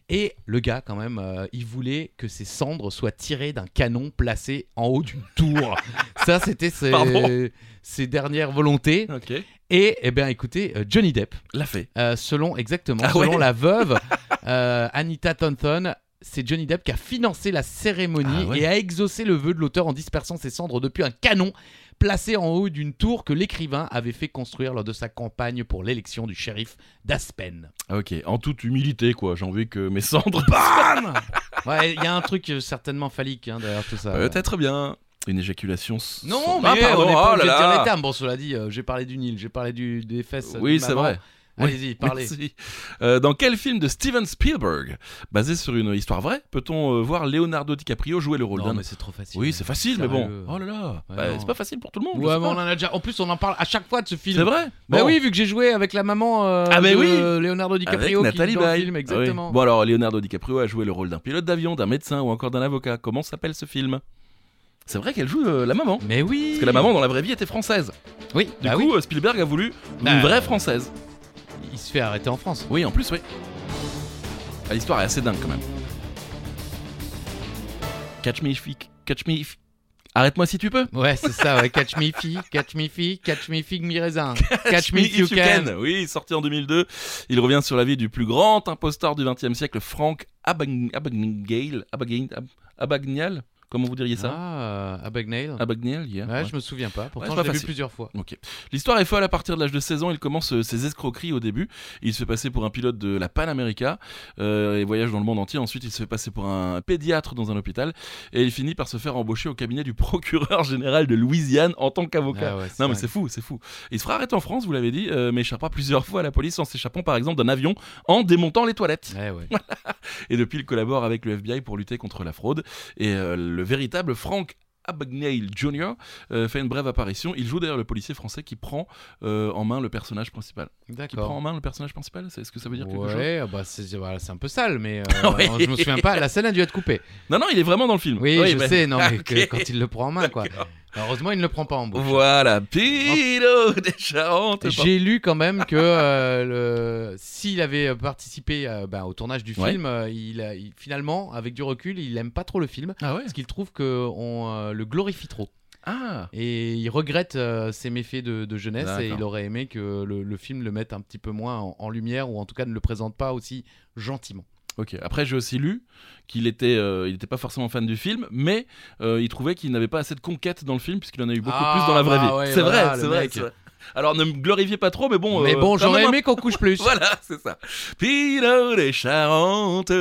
Speaker 3: Et le gars quand même, euh, il voulait que ses cendres soient tirées d'un canon placé en haut d'une tour. Ça, c'était
Speaker 1: Pardon
Speaker 3: ses, ses dernières volontés.
Speaker 1: Ok.
Speaker 3: Et eh bien écoutez, euh, Johnny Depp,
Speaker 1: L'a fait.
Speaker 3: euh, selon exactement,
Speaker 1: Ah
Speaker 3: selon
Speaker 1: ouais
Speaker 3: la veuve euh, Anita Thompson, c'est Johnny Depp qui a financé la cérémonie
Speaker 1: Ah ouais.
Speaker 3: et a exaucé le vœu de l'auteur en dispersant ses cendres depuis un canon placé en haut d'une tour que l'écrivain avait fait construire lors de sa campagne pour l'élection du shérif d'Aspen.
Speaker 1: Ok. En toute humilité quoi. J'ai envie que mes cendres.
Speaker 3: Ouais, il y a un truc euh, certainement phallique hein, derrière tout ça.
Speaker 1: Bah, Peut-être bien. Une éjaculation. s-
Speaker 3: Non, mais
Speaker 1: Ah, pardon,
Speaker 3: on n'est
Speaker 1: oh
Speaker 3: pas obligé
Speaker 1: là
Speaker 3: de dire
Speaker 1: là.
Speaker 3: les termes. Bon, cela dit, euh, j'ai parlé du Nil, j'ai parlé du, des fesses. euh,
Speaker 1: Oui,
Speaker 3: d'une
Speaker 1: c'est
Speaker 3: maman.
Speaker 1: vrai. Oui,
Speaker 3: Allez-y, parlez.
Speaker 1: Merci. Euh, dans quel film de Steven Spielberg, basé sur une histoire vraie, peut-on euh, voir Leonardo DiCaprio jouer Oh, le rôle
Speaker 3: Non,
Speaker 1: d'un
Speaker 3: mais c'est trop facile.
Speaker 1: Oui, c'est facile, mais
Speaker 3: Sérieux.
Speaker 1: bon. Oh là là,
Speaker 3: Ouais,
Speaker 1: Bah,
Speaker 3: non.
Speaker 1: c'est pas facile pour tout le monde. je
Speaker 3: Ouais,
Speaker 1: sais
Speaker 3: mais on en
Speaker 1: pas.
Speaker 3: a déjà. En plus, on en parle à chaque fois de ce film.
Speaker 1: C'est vrai.
Speaker 3: Bah
Speaker 1: Bon.
Speaker 3: oui, vu que j'ai joué avec la maman euh,
Speaker 1: Ah, mais
Speaker 3: de
Speaker 1: oui.
Speaker 3: Leonardo
Speaker 1: Avec
Speaker 3: DiCaprio qui
Speaker 1: Nathalie
Speaker 3: est dans le
Speaker 1: Baye.
Speaker 3: film,
Speaker 1: Ah oui.
Speaker 3: exactement.
Speaker 1: Bon alors, Leonardo DiCaprio a joué le rôle d'un pilote d'avion, d'un médecin ou encore d'un avocat. Comment s'appelle ce film C'est vrai qu'elle joue euh, la maman.
Speaker 3: Mais oui.
Speaker 1: Parce que la maman dans la vraie vie était française.
Speaker 3: Oui.
Speaker 1: Du
Speaker 3: bah
Speaker 1: coup,
Speaker 3: oui.
Speaker 1: euh, Spielberg a voulu
Speaker 3: Bah,
Speaker 1: une
Speaker 3: euh,
Speaker 1: vraie française.
Speaker 3: il se fait arrêter en France.
Speaker 1: Oui, en plus, oui. Ah, L'histoire est assez dingue quand même. Catch me if you- catch me if- Arrête-moi si tu peux.
Speaker 3: Ouais, c'est ça. Ouais. Catch me fee, catch me fee, catch me fig mi raisin. Catch me if
Speaker 1: if
Speaker 3: you can.
Speaker 1: Oui, sorti en 2002, il revient sur la vie du plus grand imposteur du XXe siècle, Frank Abagn- Abagnale. Abagnale. Ab- Abagnale Comment vous diriez ça
Speaker 3: Ah, euh, Abagnale.
Speaker 1: Abagnale, yeah,
Speaker 3: Ouais,
Speaker 1: ouais.
Speaker 3: je me souviens pas. Pourtant,
Speaker 1: c'est pas
Speaker 3: je l'ai vu
Speaker 1: facile.
Speaker 3: plusieurs fois.
Speaker 1: Ok. L'histoire est folle à partir de l'âge de 16 ans. Il commence euh, ses escroqueries au début. Il se fait passer pour un pilote de la Pan America euh, et voyage dans le monde entier. Ensuite, il se fait passer pour un pédiatre dans un hôpital et il finit par se faire embaucher au cabinet du procureur général de Louisiane en tant qu'avocat.
Speaker 3: Ah ouais,
Speaker 1: Non mais
Speaker 3: dingue.
Speaker 1: c'est fou, c'est fou. Il se fera arrêter en France, vous l'avez dit, euh, mais échappera plusieurs fois à la police en s'échappant par exemple d'un avion en démontant les toilettes.
Speaker 3: Ouais, Eh ouais.
Speaker 1: Et depuis, il collabore avec le FBI pour lutter contre la fraude. Et euh, le véritable Frank Abagnale Jr. euh, fait une brève apparition. Il joue d'ailleurs le policier français qui prend euh, en main le personnage principal. Qui prend en
Speaker 3: D'accord.
Speaker 1: main le personnage principal C'est- Est-ce que ça veut dire quelque chose
Speaker 3: Ouais, bah c'est voilà, c'est un peu sale, mais euh,
Speaker 1: Ouais.
Speaker 3: je me souviens pas. La scène a dû être coupée.
Speaker 1: Non, non, il est vraiment dans le film.
Speaker 3: Oui, je
Speaker 1: bah-
Speaker 3: sais, non, mais
Speaker 1: Ok.
Speaker 3: que- quand il le prend en main, quoi. Heureusement, il ne le prend pas en bouche.
Speaker 1: Voilà, Pilo des Charentes.
Speaker 3: J'ai lu quand même que euh, le- s'il avait participé euh, bah, au tournage du
Speaker 1: Ouais.
Speaker 3: film, euh, il, a- il- finalement, avec du recul, il aime pas trop le film
Speaker 1: Ah ouais
Speaker 3: parce qu'il trouve que on euh, le glorifie trop.
Speaker 1: Ah
Speaker 3: Et il regrette euh, ses méfaits de, de jeunesse et
Speaker 1: D'accord.
Speaker 3: il aurait aimé que le, le film le mette un petit peu moins en, en lumière ou en tout cas ne le présente pas aussi gentiment.
Speaker 1: Ok. Après, j'ai aussi lu qu'il était, euh, il n'était pas forcément fan du film, mais euh, il trouvait qu'il n'avait pas assez de conquêtes dans le film puisqu'il en a eu beaucoup
Speaker 3: Ah,
Speaker 1: plus dans la vraie
Speaker 3: bah
Speaker 1: vie.
Speaker 3: ouais,
Speaker 1: c'est
Speaker 3: voilà,
Speaker 1: vrai,
Speaker 3: le
Speaker 1: c'est vrai,
Speaker 3: mec.
Speaker 1: c'est vrai. Alors, ne me glorifiez pas trop, mais bon.
Speaker 3: Mais
Speaker 1: euh,
Speaker 3: bon,
Speaker 1: quand
Speaker 3: j'aurais
Speaker 1: même un
Speaker 3: aimé qu'on couche plus.
Speaker 1: Voilà, c'est ça. Pinot des Charentes,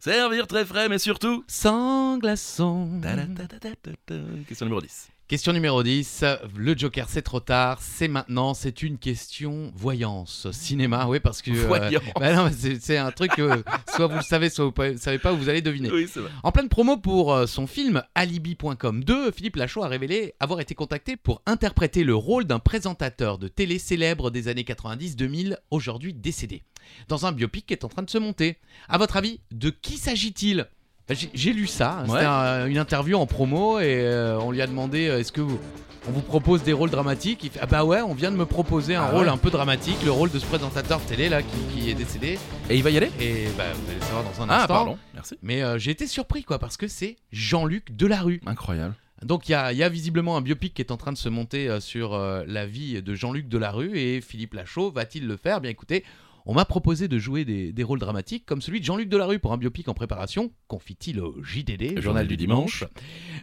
Speaker 1: servir très frais, mais surtout.
Speaker 3: Sans glaçon.
Speaker 1: Ta-da-ta-ta-ta-ta. Question numéro 10.
Speaker 3: Question numéro 10. Le Joker, c'est trop tard, c'est maintenant, c'est une question voyance. Cinéma, oui, parce que. euh,
Speaker 1: Voyance.
Speaker 3: bah non, mais c'est c'est un truc que soit vous le savez, soit vous ne savez pas, vous allez deviner.
Speaker 1: Oui, c'est vrai.
Speaker 3: En pleine promo pour euh, son film Alibi.com 2, Philippe Lachaud a révélé avoir été contacté pour interpréter le rôle d'un présentateur de télé célèbre des années 90-2000, aujourd'hui décédé, dans un biopic qui est en train de se monter. À votre avis, de qui s'agit-il J'ai- j'ai lu ça, hein. c'était
Speaker 1: Ouais.
Speaker 3: un- une interview en promo et euh, on lui a demandé euh, est-ce que vous- on vous propose des rôles dramatiques Il fait, Ah bah ouais, on vient de me proposer un
Speaker 1: Ah
Speaker 3: rôle
Speaker 1: ouais.
Speaker 3: un peu dramatique, le rôle de ce présentateur télé là qui, qui est décédé.
Speaker 1: Et il va y aller
Speaker 3: Et bah vous allez le savoir dans un
Speaker 1: Ah,
Speaker 3: instant.
Speaker 1: pardon, merci.
Speaker 3: Mais euh, j'ai été surpris, quoi, parce que c'est Jean-Luc Delarue.
Speaker 1: Incroyable.
Speaker 3: Donc il y a, il y a visiblement un biopic qui est en train de se monter euh, sur euh, la vie de Jean-Luc Delarue et Philippe Lachaud va-t-il le faire Bien écoutez, on m'a proposé de jouer des, des rôles dramatiques comme celui de Jean-Luc Delarue pour un biopic en préparation, confie-t-il au JDD,
Speaker 1: Le
Speaker 3: Journal, du Dimanche.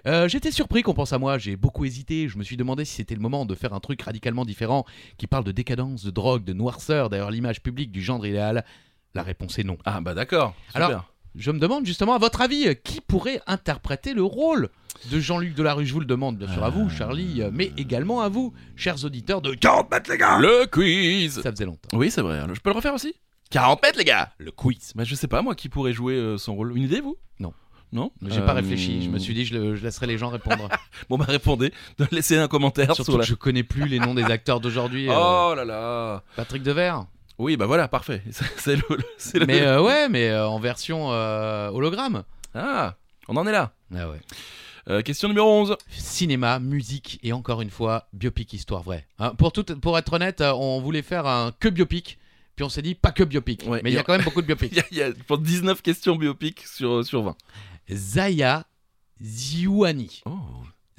Speaker 3: Euh, J'étais surpris qu'on pense à moi, j'ai beaucoup hésité, je me suis demandé si c'était le moment de faire un truc radicalement différent qui parle de décadence, de drogue, de noirceur, d'ailleurs l'image publique du genre idéal. La réponse est non.
Speaker 1: Ah, bah d'accord.
Speaker 3: Alors-
Speaker 1: Super.
Speaker 3: Je me demande justement, à votre avis, euh, qui pourrait interpréter le rôle de Jean-Luc Delarue Je vous le demande bien sûr à vous, Charlie, euh, mais également à vous, chers auditeurs de
Speaker 5: 40 mètres, les gars
Speaker 1: le quiz
Speaker 3: Ça faisait longtemps.
Speaker 1: Oui, c'est vrai. hein. Je peux le refaire aussi 40 mètres, les gars
Speaker 3: Le quiz.
Speaker 1: Bah, je sais pas, moi, qui pourrait jouer euh, son rôle. Une idée, vous
Speaker 3: Non.
Speaker 1: Non
Speaker 3: J'ai
Speaker 1: Euh,
Speaker 3: pas réfléchi, je me suis dit, je, le- je laisserai les gens répondre.
Speaker 1: Bon, bah, répondez. de- Laissez un commentaire
Speaker 3: Surtout
Speaker 1: sur
Speaker 3: que
Speaker 1: la.
Speaker 3: je connais plus les noms des acteurs d'aujourd'hui. euh,
Speaker 1: Oh là là
Speaker 3: Patrick Devers.
Speaker 1: Oui, bah voilà, parfait. C'est le. c'est le-
Speaker 3: Mais euh, ouais, mais euh, en version euh, hologramme.
Speaker 1: Ah On en est là.
Speaker 3: Ah ouais.
Speaker 1: Euh, question numéro 11.
Speaker 3: cinéma, musique et encore une fois biopic histoire vraie. Hein, pour, tout, pour être honnête, euh, on voulait faire un que biopic, puis on s'est dit pas que biopic,
Speaker 1: Ouais,
Speaker 3: mais il y
Speaker 1: et
Speaker 3: a
Speaker 1: on-
Speaker 3: quand même beaucoup de
Speaker 1: Il y
Speaker 3: biopics.
Speaker 1: a, il y a, je pense, 19 questions biopiques sur, euh, sur 20.
Speaker 3: Zaya Ziouani.
Speaker 1: Oh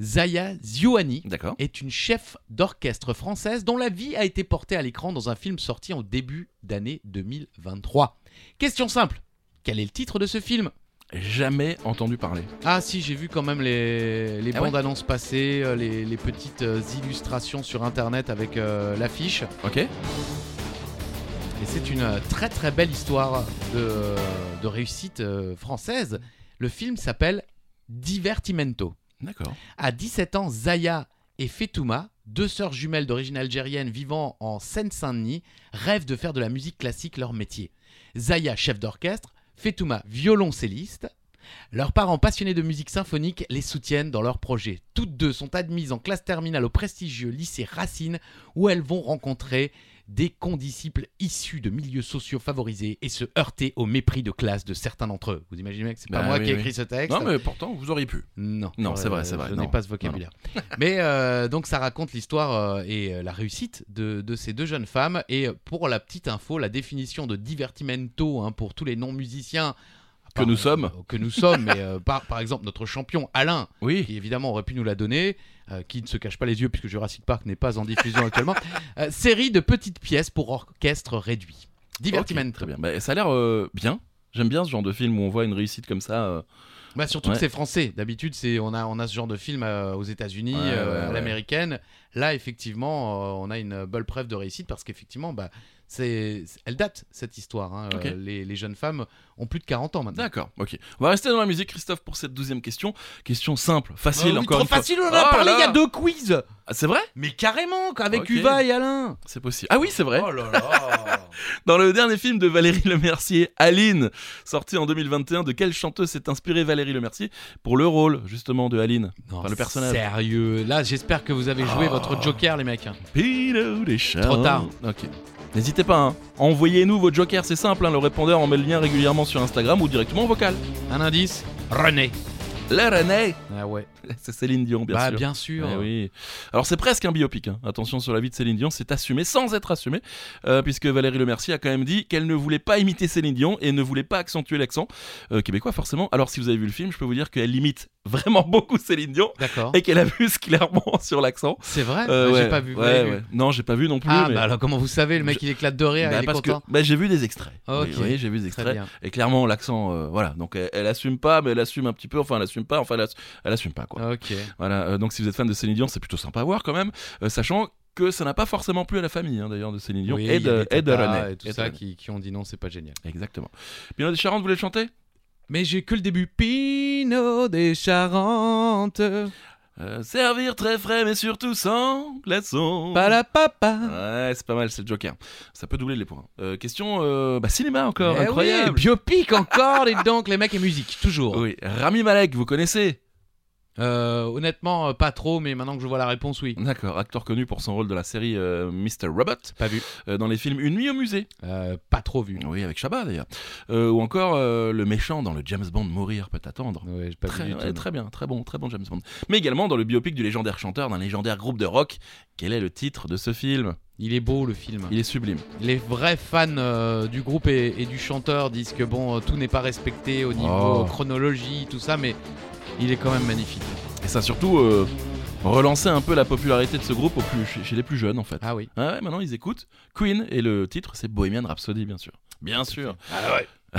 Speaker 3: Zaya Ziouani
Speaker 1: D'accord.
Speaker 3: est une chef d'orchestre française dont la vie a été portée à l'écran dans un film sorti en début d'année 2023. Question simple, quel est le titre de ce film
Speaker 1: Jamais entendu parler.
Speaker 3: Ah si, j'ai vu quand même les, les
Speaker 1: Ah ouais
Speaker 3: bandes annonces passer, euh, les, les petites euh, illustrations sur internet avec euh, l'affiche.
Speaker 1: Ok
Speaker 3: Et c'est une euh, très très belle histoire de, de réussite euh, française. Le film s'appelle Divertimento.
Speaker 1: D'accord.
Speaker 3: À 17 ans, Zaya et Fetouma, deux sœurs jumelles d'origine algérienne vivant en Seine-Saint-Denis, rêvent de faire de la musique classique leur métier. Zaya, chef d'orchestre, Fetouma, violoncelliste. Leurs parents passionnés de musique symphonique les soutiennent dans leur projet. Toutes deux sont admises en classe terminale au prestigieux lycée Racine où elles vont rencontrer des condisciples issus de milieux sociaux favorisés et se heurter au mépris de classe de certains d'entre eux. Vous imaginez que c'est pas
Speaker 1: Bah
Speaker 3: moi
Speaker 1: oui,
Speaker 3: qui ai
Speaker 1: oui.
Speaker 3: écrit ce texte
Speaker 1: Non, mais pourtant, vous auriez pu.
Speaker 3: non,
Speaker 1: Non, c'est vrai,
Speaker 3: euh,
Speaker 1: c'est vrai,
Speaker 3: Je n'ai
Speaker 1: non.
Speaker 3: pas ce vocabulaire. Mais euh, donc ça raconte l'histoire euh, et euh, la réussite de, de ces deux jeunes femmes. Et euh, pour la petite info, la définition de divertimento hein, pour tous les non-musiciens euh,
Speaker 1: Que nous sommes.
Speaker 3: que nous sommes, mais euh, par, par exemple notre champion Alain,
Speaker 1: Oui.
Speaker 3: qui évidemment aurait pu nous la donner, euh, qui ne se cache pas les yeux puisque Jurassic Park n'est pas en diffusion actuellement, euh, série de petites pièces pour orchestre réduit. Divertimento.
Speaker 1: Ok, très bien. Bah, ça a l'air euh, bien. J'aime bien ce genre de film où on voit une réussite comme ça. euh.
Speaker 3: Bah, surtout
Speaker 1: Ouais.
Speaker 3: que c'est français. D'habitude, c'est on a on a ce genre de film euh, aux États-Unis,
Speaker 1: Ouais,
Speaker 3: euh,
Speaker 1: ouais,
Speaker 3: à
Speaker 1: ouais.
Speaker 3: l'américaine. Là, effectivement, euh, on a une belle preuve de réussite parce qu'effectivement, bah c'est elle date cette histoire. hein. Euh,
Speaker 1: Ok.
Speaker 3: les, les jeunes femmes ont plus de 40 ans maintenant.
Speaker 1: D'accord, ok. On va rester dans la musique, Christophe, pour cette douzième question. Question simple, facile,
Speaker 3: Ah oui,
Speaker 1: encore
Speaker 3: trop
Speaker 1: une fois.
Speaker 3: facile, on en a
Speaker 1: Oh
Speaker 3: parlé
Speaker 1: là
Speaker 3: il y a
Speaker 1: là.
Speaker 3: deux quiz.
Speaker 1: Ah, C'est vrai
Speaker 3: Mais carrément, quoi, avec
Speaker 1: Ok.
Speaker 3: Uva et Alain.
Speaker 1: C'est possible. Ah oui, c'est vrai.
Speaker 3: Oh là là.
Speaker 1: Dans le dernier film de Valérie Lemercier, Aline, sorti en 2021, de quelle chanteuse s'est inspirée Valérie Lemercier pour le rôle, justement, de Aline
Speaker 3: non,
Speaker 1: Enfin, le personnage. Ah.
Speaker 3: Sérieux. Là, j'espère que vous avez joué votre Joker, les mecs. hein.
Speaker 1: Pilou les chats.
Speaker 3: Trop tard.
Speaker 1: Ok. N'hésitez pas, hein. envoyez-nous vos jokers, c'est simple, hein. le répondeur en met le lien régulièrement sur Instagram ou directement en vocal.
Speaker 3: Un indice. René.
Speaker 1: Le René
Speaker 3: Ah ouais.
Speaker 1: C'est Céline Dion, bien
Speaker 3: bah
Speaker 1: sûr.
Speaker 3: bien sûr.
Speaker 1: Eh oui. Alors c'est presque un biopic. hein. Attention sur la vie de Céline Dion, c'est assumé sans être assumé, euh, puisque Valérie Lemercier a quand même dit qu'elle ne voulait pas imiter Céline Dion et ne voulait pas accentuer l'accent euh, québécois forcément. Alors si vous avez vu le film, je peux vous dire qu'elle imite vraiment beaucoup Céline Dion
Speaker 3: D'accord.
Speaker 1: et qu'elle abuse clairement sur l'accent.
Speaker 3: C'est vrai
Speaker 1: Euh,
Speaker 3: Bah, J'ai
Speaker 1: ouais,
Speaker 3: pas vu. vous
Speaker 1: ouais,
Speaker 3: l'avez vu
Speaker 1: ouais. Non, j'ai pas vu non plus.
Speaker 3: Ah
Speaker 1: mais-
Speaker 3: bah alors comment vous savez le mec il éclate de rire,
Speaker 1: Bah,
Speaker 3: il est
Speaker 1: parce que
Speaker 3: content.
Speaker 1: bah, j'ai vu des extraits.
Speaker 3: Ok.
Speaker 1: Oui, oui, j'ai vu des
Speaker 3: Très
Speaker 1: extraits.
Speaker 3: bien.
Speaker 1: Et clairement l'accent, euh, voilà. Donc elle, elle assume pas, mais elle assume un petit peu. Enfin, elle assume pas. Enfin, elle, ass- elle assume pas quoi.
Speaker 3: Ok.
Speaker 1: Voilà, euh, donc si vous êtes fan de Céline Dion, c'est plutôt sympa à voir quand même, euh, sachant que ça n'a pas forcément plu à la famille hein, d'ailleurs de Céline Dion
Speaker 3: Oui,
Speaker 1: et
Speaker 3: il y a
Speaker 1: de,
Speaker 3: des
Speaker 1: et de
Speaker 3: tatas
Speaker 1: René.
Speaker 3: et tout
Speaker 1: Et de
Speaker 3: ça
Speaker 1: René.
Speaker 3: qui, qui ont dit non, c'est pas génial.
Speaker 1: Exactement. Pino des Charentes, vous voulez le chanter
Speaker 3: Mais j'ai que le début. Pinot des Charentes,
Speaker 1: Euh, Servir très frais mais surtout sans glaçon.
Speaker 3: pas la papa.
Speaker 1: Ouais, c'est pas mal, c'est le Joker. Ça peut doubler les points. Euh, question euh, bah, cinéma encore,
Speaker 3: Eh oui,
Speaker 1: incroyable.
Speaker 3: biopic encore, et donc les mecs et musique toujours.
Speaker 1: oui, Rami Malek, vous connaissez
Speaker 3: Euh, honnêtement, euh, pas trop, mais maintenant que je vois la réponse, oui.
Speaker 1: D'accord, acteur connu pour son rôle de la série euh, Mr. Robot,
Speaker 3: Pas vu.
Speaker 1: euh, dans les films Une nuit au musée,
Speaker 3: Euh, pas trop vu.
Speaker 1: oui, avec Chabat d'ailleurs, Euh, ou encore euh, le méchant dans le James Bond Mourir peut attendre.
Speaker 3: Ouais, j'ai pas
Speaker 1: Très,
Speaker 3: vu du
Speaker 1: ouais,
Speaker 3: tout, non.
Speaker 1: très bien, très bon, très bon James Bond. Mais également dans le biopic du légendaire chanteur d'un légendaire groupe de rock. Quel est le titre de ce film
Speaker 3: Il est beau le film.
Speaker 1: Il est sublime.
Speaker 3: Les vrais fans euh, du groupe et, et du chanteur disent que bon, euh, tout n'est pas respecté au niveau
Speaker 1: Oh.
Speaker 3: chronologie, tout ça, mais il est quand même magnifique.
Speaker 1: Et ça a surtout euh, relancé un peu la popularité de ce groupe au plus, chez, chez les plus jeunes en fait.
Speaker 3: Ah oui.
Speaker 1: Ah ouais, maintenant ils écoutent Queen et le titre c'est Bohemian Rhapsody bien sûr. Bien sûr.
Speaker 3: Ah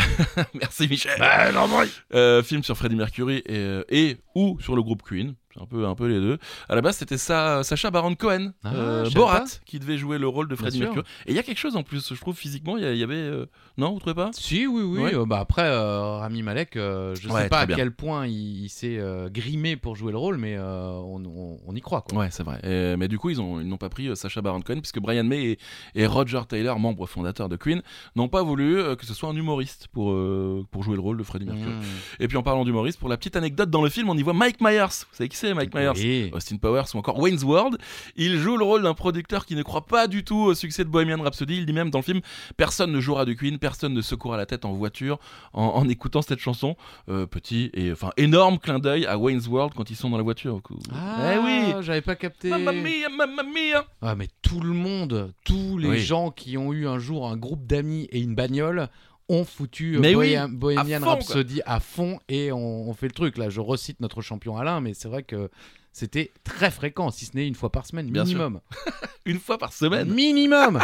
Speaker 1: Merci Michel.
Speaker 3: Bah,
Speaker 5: Ben non, moi,
Speaker 1: Euh, film sur Freddie Mercury et, euh, et ou sur le groupe Queen, c'est un peu un peu les deux. À la base, c'était Sa- Sacha Baron Cohen,
Speaker 3: Ah,
Speaker 1: euh,
Speaker 3: je savais
Speaker 1: Borat,
Speaker 3: pas.
Speaker 1: qui devait jouer le rôle de
Speaker 3: Bien
Speaker 1: Freddie
Speaker 3: sûr.
Speaker 1: Mercury. Et il y a quelque chose en plus, je trouve physiquement, il y a- il y, avait euh, non, vous trouvez pas
Speaker 3: Si, oui, oui.
Speaker 1: Ouais.
Speaker 3: euh, bah après, euh, Rami Malek, euh, je
Speaker 1: Ouais,
Speaker 3: sais pas
Speaker 1: très
Speaker 3: à
Speaker 1: bien.
Speaker 3: quel point il, il s'est euh, grimé pour jouer le rôle, mais euh, on, on- on y croit. Quoi.
Speaker 1: Ouais, c'est vrai. Euh, mais du coup, ils ont- ils n'ont pas pris euh, Sacha Baron Cohen puisque Brian May et, et Roger Taylor, membre fondateur de Queen, n'ont pas voulu euh, que ce soit un humoriste pour euh, pour jouer le rôle de Freddie Mercury.
Speaker 3: Mmh.
Speaker 1: Et puis en parlant d'humoriste, pour la petite anecdote, dans le film, on y voit Mike Myers. Vous savez qui c'est, Mike Myers
Speaker 3: Oui.
Speaker 1: Austin Powers ou encore Wayne's World. Il joue le rôle d'un producteur qui ne croit pas du tout au succès de Bohemian Rhapsody. Il dit même dans le film Personne ne jouera du Queen, personne ne secourra la tête en voiture en, en écoutant cette chanson. Euh, petit et enfin énorme clin d'œil à Wayne's World quand ils sont dans la voiture.
Speaker 3: Ah
Speaker 1: eh oui
Speaker 3: J'avais pas capté.
Speaker 1: Mamma mia, mamma mia
Speaker 3: Ah, mais tout le monde, tous les
Speaker 1: Oui.
Speaker 3: gens qui ont eu un jour un groupe d'amis et une bagnole ont foutu euh,
Speaker 1: Mais oui,
Speaker 3: Bohé- Bohemian
Speaker 1: à fond, quoi.
Speaker 3: Rhapsody à fond et on, on fait le truc. Là, je recite notre champion Alain, mais c'est vrai que c'était très fréquent, si ce n'est une fois par semaine,
Speaker 1: Bien sûr.
Speaker 3: minimum.
Speaker 1: Une fois par semaine.
Speaker 3: Mhm. Minimum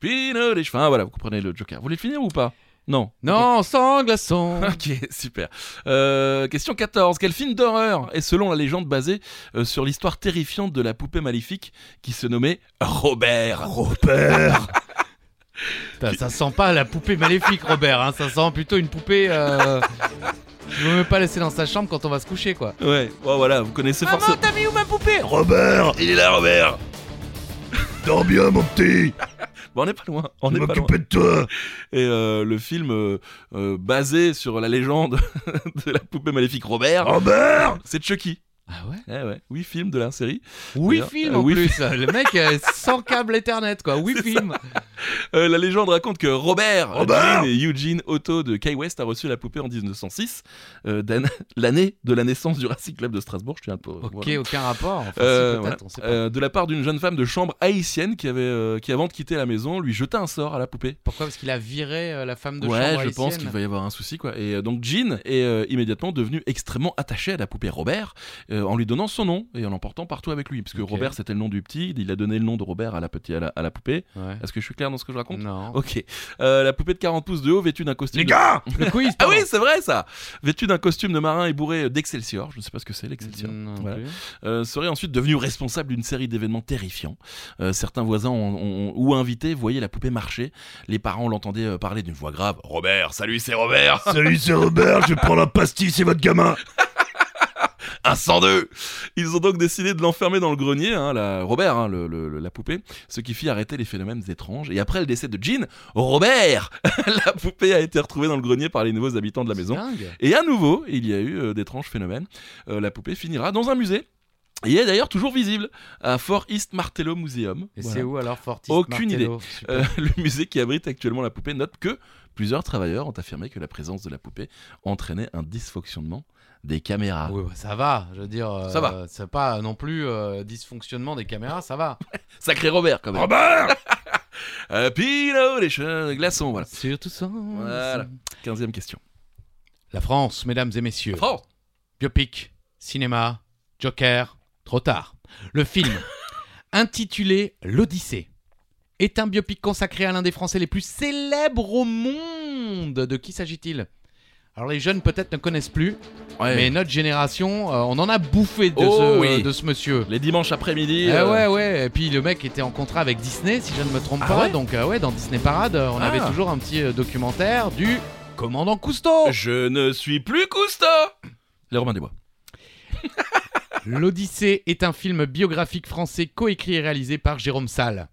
Speaker 1: Pino des cheveux. Ah, voilà, vous comprenez le Joker. Vous voulez le finir ou pas Non.
Speaker 3: Non, sans glaçon
Speaker 1: Ok, super. Euh, question 14. Quel film d'horreur est selon la légende basé euh, sur l'histoire terrifiante de la poupée maléfique qui se nommait Robert
Speaker 5: Robert.
Speaker 3: Putain, Ça sent pas la poupée maléfique, Robert. hein. Ça sent plutôt une poupée. euh, Je veux même pas laisser dans sa chambre quand on va se coucher, quoi. Ah,
Speaker 1: Ouais, bon, voilà, vous connaissez forcément.
Speaker 3: t'as mis où ma poupée
Speaker 5: Robert,
Speaker 1: Il est là, Robert
Speaker 5: dors bien, mon petit.
Speaker 1: Bon, on n'est pas loin. On
Speaker 5: Je
Speaker 1: n'est pas loin.
Speaker 5: m'occupais de toi.
Speaker 1: Et euh, le film euh, euh, basé sur la légende de la poupée maléfique Robert,
Speaker 5: Oh. Robert.
Speaker 1: c'est Chucky.
Speaker 3: Ah ouais
Speaker 1: Eh ouais, oui, film de la série.
Speaker 3: Oui
Speaker 1: D'ailleurs,
Speaker 3: film
Speaker 1: euh,
Speaker 3: en
Speaker 1: oui,
Speaker 3: plus, le mec euh, sans câble Ethernet quoi, oui film.
Speaker 1: Euh, la légende raconte que Robert,
Speaker 5: Robert
Speaker 1: Gene et Eugene Otto de Kay West a reçu la poupée en 1906, euh, d'an- l'année de la naissance du Racing Club de Strasbourg. Je tiens à le-
Speaker 3: Ok,
Speaker 1: voilà.
Speaker 3: aucun rapport. Enfin, si,
Speaker 1: Euh,
Speaker 3: peut-être,
Speaker 1: voilà.
Speaker 3: on sait pas.
Speaker 1: Euh, de la part d'une jeune femme de chambre haïtienne qui, avait, euh, qui avant de quitter la maison lui jeta un sort à la poupée
Speaker 3: Pourquoi Parce qu'il a viré euh, la femme de
Speaker 1: ouais,
Speaker 3: chambre
Speaker 1: je pense qu'il
Speaker 3: haïtienne.
Speaker 1: va y avoir un souci quoi. Et euh, donc Jean est euh, immédiatement devenu extrêmement attaché à la poupée Robert euh, en lui donnant son nom et en l'emportant partout avec lui, parce que
Speaker 3: Ok.
Speaker 1: Robert c'était le nom du petit, il a donné le nom de Robert à la petite à la, à la poupée.
Speaker 3: Ouais.
Speaker 1: Est-ce que je suis clair dans ce que je raconte
Speaker 3: Non.
Speaker 1: Ok. Euh, la poupée de 40 pouces de haut vêtue d'un costume.
Speaker 5: Les
Speaker 1: de-
Speaker 5: gars.
Speaker 3: Le quiz.
Speaker 1: Ah
Speaker 3: pardon.
Speaker 1: oui, c'est vrai ça. Vêtue d'un costume de marin et bourré d'excelsior, je ne sais pas ce que c'est l'excelsior.
Speaker 3: Non
Speaker 1: Voilà.
Speaker 3: plus.
Speaker 1: Euh, serait ensuite devenu responsable d'une série d'événements terrifiants. Euh, certains voisins ont- ont- ou invités voyaient la poupée marcher. Les parents l'entendaient euh, parler d'une voix grave. Robert, salut, c'est Robert,
Speaker 5: Salut, c'est Robert. Je prends la pastille, c'est votre gamin.
Speaker 1: 102. Ils ont donc décidé de l'enfermer dans le grenier, hein, la Robert, hein, le- le- le- la poupée, ce qui fit arrêter les phénomènes étranges. Et après le décès de Jean, Robert, la poupée a été retrouvée dans le grenier par les nouveaux habitants de la maison.
Speaker 3: Dingue.
Speaker 1: Et à nouveau, il y a eu euh, d'étranges phénomènes. Euh, la poupée finira dans un musée. Et est d'ailleurs toujours visible à Fort East Martello Museum.
Speaker 3: Et
Speaker 1: Voilà.
Speaker 3: c'est où alors Fortis
Speaker 1: Aucune
Speaker 3: Martello Super.
Speaker 1: Euh, le musée qui abrite actuellement la poupée note que Plusieurs travailleurs ont affirmé que la présence de la poupée entraînait un dysfonctionnement des caméras.
Speaker 3: Oui, bah, ça va, je veux dire. euh,
Speaker 1: Ça va.
Speaker 3: C'est pas non plus euh, dysfonctionnement des caméras, ça va.
Speaker 1: Sacré Robert quand même.
Speaker 5: Robert
Speaker 1: Euh, Pinot, les cheveux glaçons, voilà.
Speaker 3: Surtout ça.
Speaker 1: Voilà. Quinzième question.
Speaker 3: La France, mesdames et messieurs.
Speaker 1: France
Speaker 3: Biopic, cinéma, Joker, trop tard. Le film, intitulé L'Odyssée, est un biopic consacré à l'un des Français les plus célèbres au monde. De qui s'agit-il Alors les jeunes peut-être ne connaissent plus,
Speaker 1: Ouais.
Speaker 3: mais notre génération, euh, on en a bouffé de,
Speaker 1: Oh
Speaker 3: ce,
Speaker 1: oui.
Speaker 3: de ce monsieur.
Speaker 1: Les dimanches après-midi.
Speaker 3: Ah
Speaker 1: euh,
Speaker 3: ouais ouais et puis le mec était en contrat avec Disney si je ne me trompe
Speaker 1: Ah
Speaker 3: pas
Speaker 1: ouais
Speaker 3: donc euh, ouais dans Disney Parade euh, on
Speaker 1: Ah.
Speaker 3: avait toujours un petit euh, documentaire du commandant Cousteau
Speaker 1: Je ne suis plus Cousteau Les Romains des Bois.
Speaker 3: L'Odyssée est un film biographique français coécrit et réalisé par Jérôme Salle,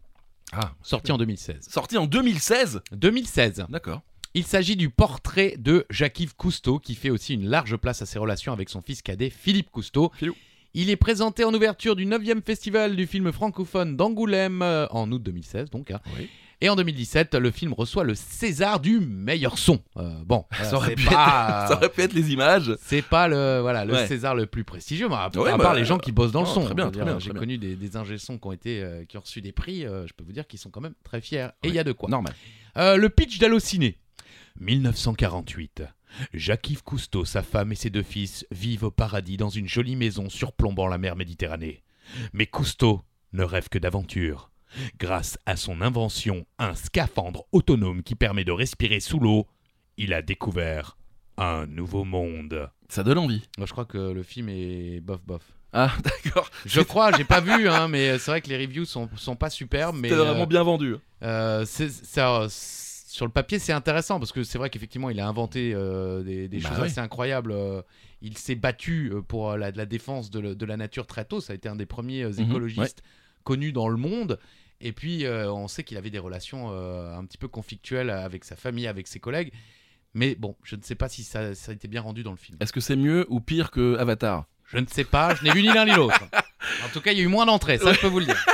Speaker 1: Ah.
Speaker 3: sorti en 2016.
Speaker 1: Sorti en 2016
Speaker 3: 2016.
Speaker 1: D'accord.
Speaker 3: Il s'agit du portrait de Jacques-Yves Cousteau qui fait aussi une large place à ses relations avec son fils cadet Philippe Cousteau.
Speaker 1: Philou.
Speaker 3: Il est présenté en ouverture du 9e festival du film francophone d'Angoulême euh, en août 2016 donc. hein.
Speaker 1: Oui.
Speaker 3: Et en 2017, le film reçoit le César du meilleur son. Euh, bon, euh,
Speaker 1: Ah, aurait
Speaker 3: c'est
Speaker 1: pu
Speaker 3: pas
Speaker 1: Ça répète les images.
Speaker 3: c'est pas le voilà le
Speaker 1: Ouais.
Speaker 3: César le plus prestigieux, mais à,
Speaker 1: Ouais,
Speaker 3: à
Speaker 1: bah,
Speaker 3: part les gens qui bossent dans le
Speaker 1: non,
Speaker 3: son.
Speaker 1: très bien,
Speaker 3: Je veux
Speaker 1: très
Speaker 3: dire,
Speaker 1: bien,
Speaker 3: J'ai
Speaker 1: très bien.
Speaker 3: connu des, des ingésons qui ont été euh, qui ont reçu des prix. euh, je peux vous dire qu'ils sont quand même très fiers. Et il
Speaker 1: Ouais.
Speaker 3: y a de quoi.
Speaker 1: Normal.
Speaker 3: Euh, le pitch d'Allociné. 1948. Jacques-Yves Cousteau, sa femme et ses deux fils vivent au paradis dans une jolie maison surplombant la mer Méditerranée. Mais Cousteau ne rêve que d'aventure. Grâce à son invention, un scaphandre autonome qui permet de respirer sous l'eau, il a découvert un nouveau monde.
Speaker 1: Ça donne envie.
Speaker 3: Moi, je crois que le film est bof bof.
Speaker 1: Ah, d'accord.
Speaker 3: Je crois, j'ai pas vu, hein, mais c'est vrai que les reviews sont, sont pas superbes. Mais
Speaker 1: C'était
Speaker 3: euh,
Speaker 1: vraiment bien vendu.
Speaker 3: euh, c'est- ça, euh, c'est- sur le papier, c'est intéressant parce que c'est vrai qu'effectivement, il a inventé euh, des, des
Speaker 1: Bah
Speaker 3: choses
Speaker 1: ouais.
Speaker 3: assez incroyables. euh, il s'est battu euh, pour euh, la, la défense de, le- de la nature très tôt. Ça a été un des premiers euh,
Speaker 1: Mhm,
Speaker 3: écologistes connus dans le monde. Et puis, euh, on sait qu'il avait des relations euh, un petit peu conflictuelles avec sa famille, avec ses collègues. Mais bon, je ne sais pas si ça, ça a été bien rendu dans le film.
Speaker 1: Est-ce que c'est mieux ou pire que Avatar
Speaker 3: Je ne sais pas, je n'ai vu ni l'un ni l'autre. En tout cas, il y a eu moins d'entrées, ça je peux vous le dire.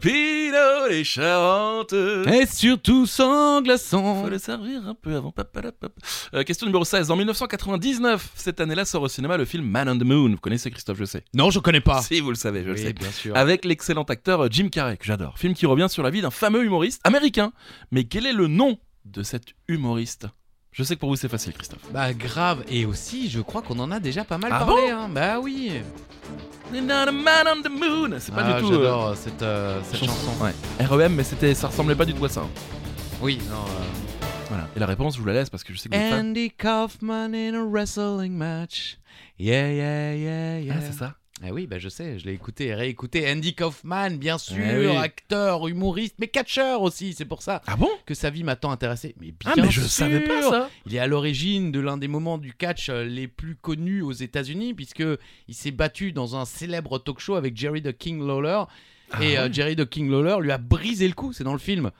Speaker 1: Pinot, Euh, les Charentes
Speaker 3: Et surtout sans glaçon.
Speaker 1: Faut le servir un peu avant. Papalapap. Euh, question numéro 16. En 1999, cette année-là sort au cinéma le film Man on the Moon. Vous connaissez Christophe, je sais.
Speaker 3: Non, je connais pas.
Speaker 1: Si, vous le savez, je le
Speaker 3: Oui,
Speaker 1: sais. Ah.
Speaker 3: bien sûr.
Speaker 1: Avec l'excellent acteur euh, Jim Carrey, que j'adore. Film qui revient sur la vie d'un fameux humoriste américain. Mais quel est le nom de cet humoriste Je sais que pour vous c'est facile, Christophe.
Speaker 3: Bah grave, et aussi je crois qu'on en a déjà pas mal
Speaker 1: Ah
Speaker 3: parlé. hein. Bah oui.
Speaker 1: Not a man on the moon C'est pas
Speaker 3: Ah,
Speaker 1: du tout. euh,
Speaker 3: J'adore euh, cette, euh, cette chanson.
Speaker 1: Ouais. REM, mais c'était, ça ressemblait pas du tout à ça. hein.
Speaker 3: Oui. Non, euh,
Speaker 1: Voilà. Et la réponse, je vous la laisse parce que je sais que vous êtes fan.
Speaker 3: Andy Kaufman in a wrestling match. Yeah, yeah, yeah, yeah.
Speaker 1: Ah, c'est ça.
Speaker 3: Ah oui, bah je sais, je l'ai écouté et réécouté. Andy Kaufman, bien sûr,
Speaker 1: Eh oui.
Speaker 3: acteur, humoriste, mais catcheur aussi. C'est pour ça
Speaker 1: Ah bon
Speaker 3: que sa vie m'a tant intéressé. Mais bien
Speaker 1: Ah, mais je
Speaker 3: sûr.
Speaker 1: savais pas ça.
Speaker 3: Il est à l'origine de l'un des moments du catch euh, les plus connus aux États-Unis, puisque il s'est battu dans un célèbre talk show avec Jerry the King Lawler.
Speaker 1: Ah
Speaker 3: et euh, Jerry the King Lawler lui a brisé le cou, c'est dans le film.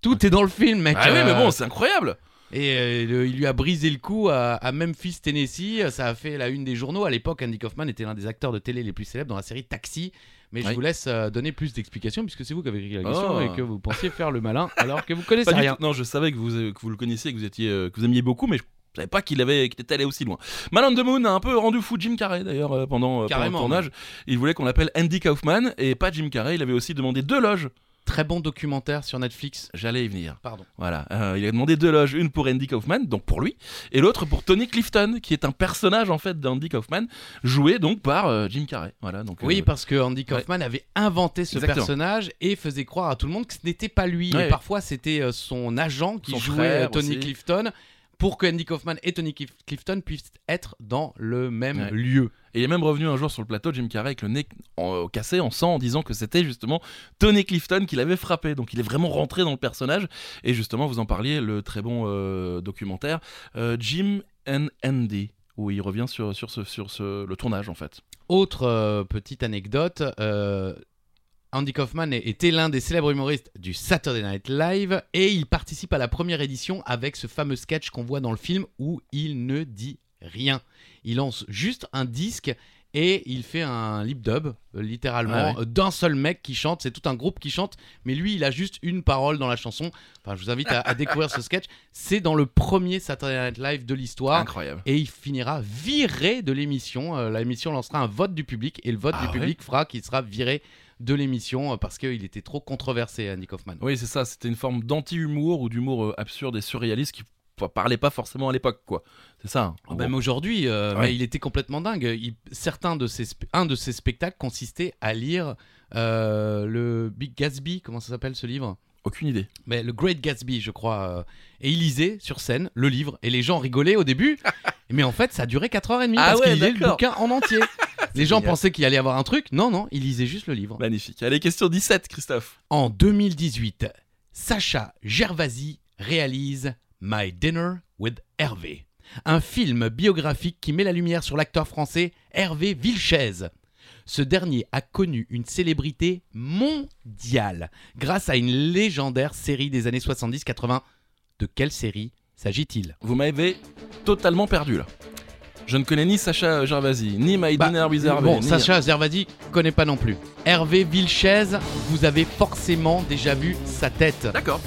Speaker 3: Tout est dans le film, mec.
Speaker 1: Ah oui, mais
Speaker 3: Euh,
Speaker 1: bon, c'est incroyable.
Speaker 3: Et euh, le- il lui a brisé le cou à, à Memphis, Tennessee. Ça a fait la une des journaux. À l'époque, Andy Kaufman était l'un des acteurs de télé les plus célèbres dans la série Taxi. Mais je
Speaker 1: Oui.
Speaker 3: vous laisse euh, donner plus d'explications, puisque c'est vous qui avez écrit la question
Speaker 1: Oh.
Speaker 3: et que vous pensiez faire le malin alors que vous connaissez
Speaker 1: Pas du
Speaker 3: rien.
Speaker 1: tout. Non, je savais que vous, que vous le connaissiez, que vous étiez, euh, que vous aimiez beaucoup, mais je savais pas qu'il avait, qu'il était allé aussi loin. Man on the Moon a un peu rendu fou Jim Carrey d'ailleurs euh, pendant, euh, pendant le
Speaker 3: Carrément,
Speaker 1: tournage. Il voulait qu'on l'appelle Andy Kaufman et pas Jim Carrey. Il avait aussi demandé deux loges.
Speaker 3: Très bon documentaire sur Netflix.
Speaker 1: J'allais y venir.
Speaker 3: Pardon.
Speaker 1: Voilà. Euh, il a demandé deux loges, une pour Andy Kaufman, donc pour lui, et l'autre pour Tony Clifton, qui est un personnage en fait d'Andy Kaufman, joué donc par euh, Jim Carrey. Voilà. Donc
Speaker 3: Oui,
Speaker 1: euh,
Speaker 3: parce que Andy Kaufman avait inventé ce
Speaker 1: Exactement.
Speaker 3: personnage et faisait croire à tout le monde que ce n'était pas lui.
Speaker 1: Ouais.
Speaker 3: Et parfois, c'était euh, son agent qui
Speaker 1: Son
Speaker 3: jouait
Speaker 1: frère
Speaker 3: euh, Tony
Speaker 1: aussi.
Speaker 3: Clifton pour que Andy Kaufman et Tony Clif- Clifton puissent être dans le même
Speaker 1: Ouais.
Speaker 3: lieu.
Speaker 1: Et il est même revenu un jour sur le plateau, Jim Carrey, avec le nez en- euh, cassé en sang, en disant que c'était justement Tony Clifton qui l'avait frappé. Donc il est vraiment rentré dans le personnage. Et justement, vous en parliez, le très bon euh, documentaire euh, Jim and Andy, où il revient sur, sur, ce, sur ce, le tournage en fait.
Speaker 3: Autre euh, petite anecdote, euh, Andy Kaufman est- était l'un des célèbres humoristes du Saturday Night Live et il participe à la première édition avec ce fameux sketch qu'on voit dans le film où il ne dit rien. Il lance juste un disque Et il fait un lip dub, euh, littéralement,
Speaker 1: Ah ouais.
Speaker 3: euh, d'un seul mec qui chante. C'est tout un groupe qui chante, mais lui, il a juste une parole dans la chanson. Enfin, je vous invite à, à découvrir ce sketch. C'est dans le premier Saturday Night Live de
Speaker 1: Ah.
Speaker 3: l'histoire.
Speaker 1: Incroyable.
Speaker 3: Et il finira viré de l'émission. Euh, la émission lancera un vote du public et le vote
Speaker 1: Ah
Speaker 3: du
Speaker 1: ouais
Speaker 3: public fera qu'il sera viré de l'émission euh, parce qu'il était trop controversé, euh, Andy Kaufman.
Speaker 1: Oui, c'est ça, c'était une forme d'anti-humour ou d'humour euh, absurde et surréaliste qui p- parlait pas forcément à l'époque, quoi. C'est ça. hein, en
Speaker 3: Même
Speaker 1: gros.
Speaker 3: aujourd'hui, euh,
Speaker 1: Ouais.
Speaker 3: mais il était complètement dingue. Il- certains de ses, spe- un de ses spectacles consistait à lire euh, le Big Gatsby, comment ça s'appelle ce livre
Speaker 1: Aucune idée.
Speaker 3: mais le Great Gatsby, je crois. euh, et il lisait sur scène le livre. Et les gens rigolaient au début. mais en fait, ça durait 4h30
Speaker 1: Ah
Speaker 3: parce
Speaker 1: ouais,
Speaker 3: qu'il lisait le
Speaker 1: d'accord.
Speaker 3: bouquin en entier. les gens
Speaker 1: génial.
Speaker 3: pensaient qu'il allait y avoir un truc. Non, non, il lisait juste le livre.
Speaker 1: Magnifique. Allez, question 17, Christophe.
Speaker 3: En 2018, Sacha Gervasi réalise My Dinner with Hervé, un film biographique qui met la lumière sur l'acteur français Hervé Vilches. Ce dernier a connu une célébrité mondiale grâce à une légendaire série des années 70-80. De quelle série s'agit-il
Speaker 1: Vous m'avez totalement perdu là. Je ne connais ni Sacha Gervasi, ni My
Speaker 3: Bah,
Speaker 1: Dinner with Hervé,
Speaker 3: Bon,
Speaker 1: ni-
Speaker 3: Sacha Gervasi connaît pas non plus. Hervé Vilches, vous avez forcément déjà vu sa tête.
Speaker 1: D'accord.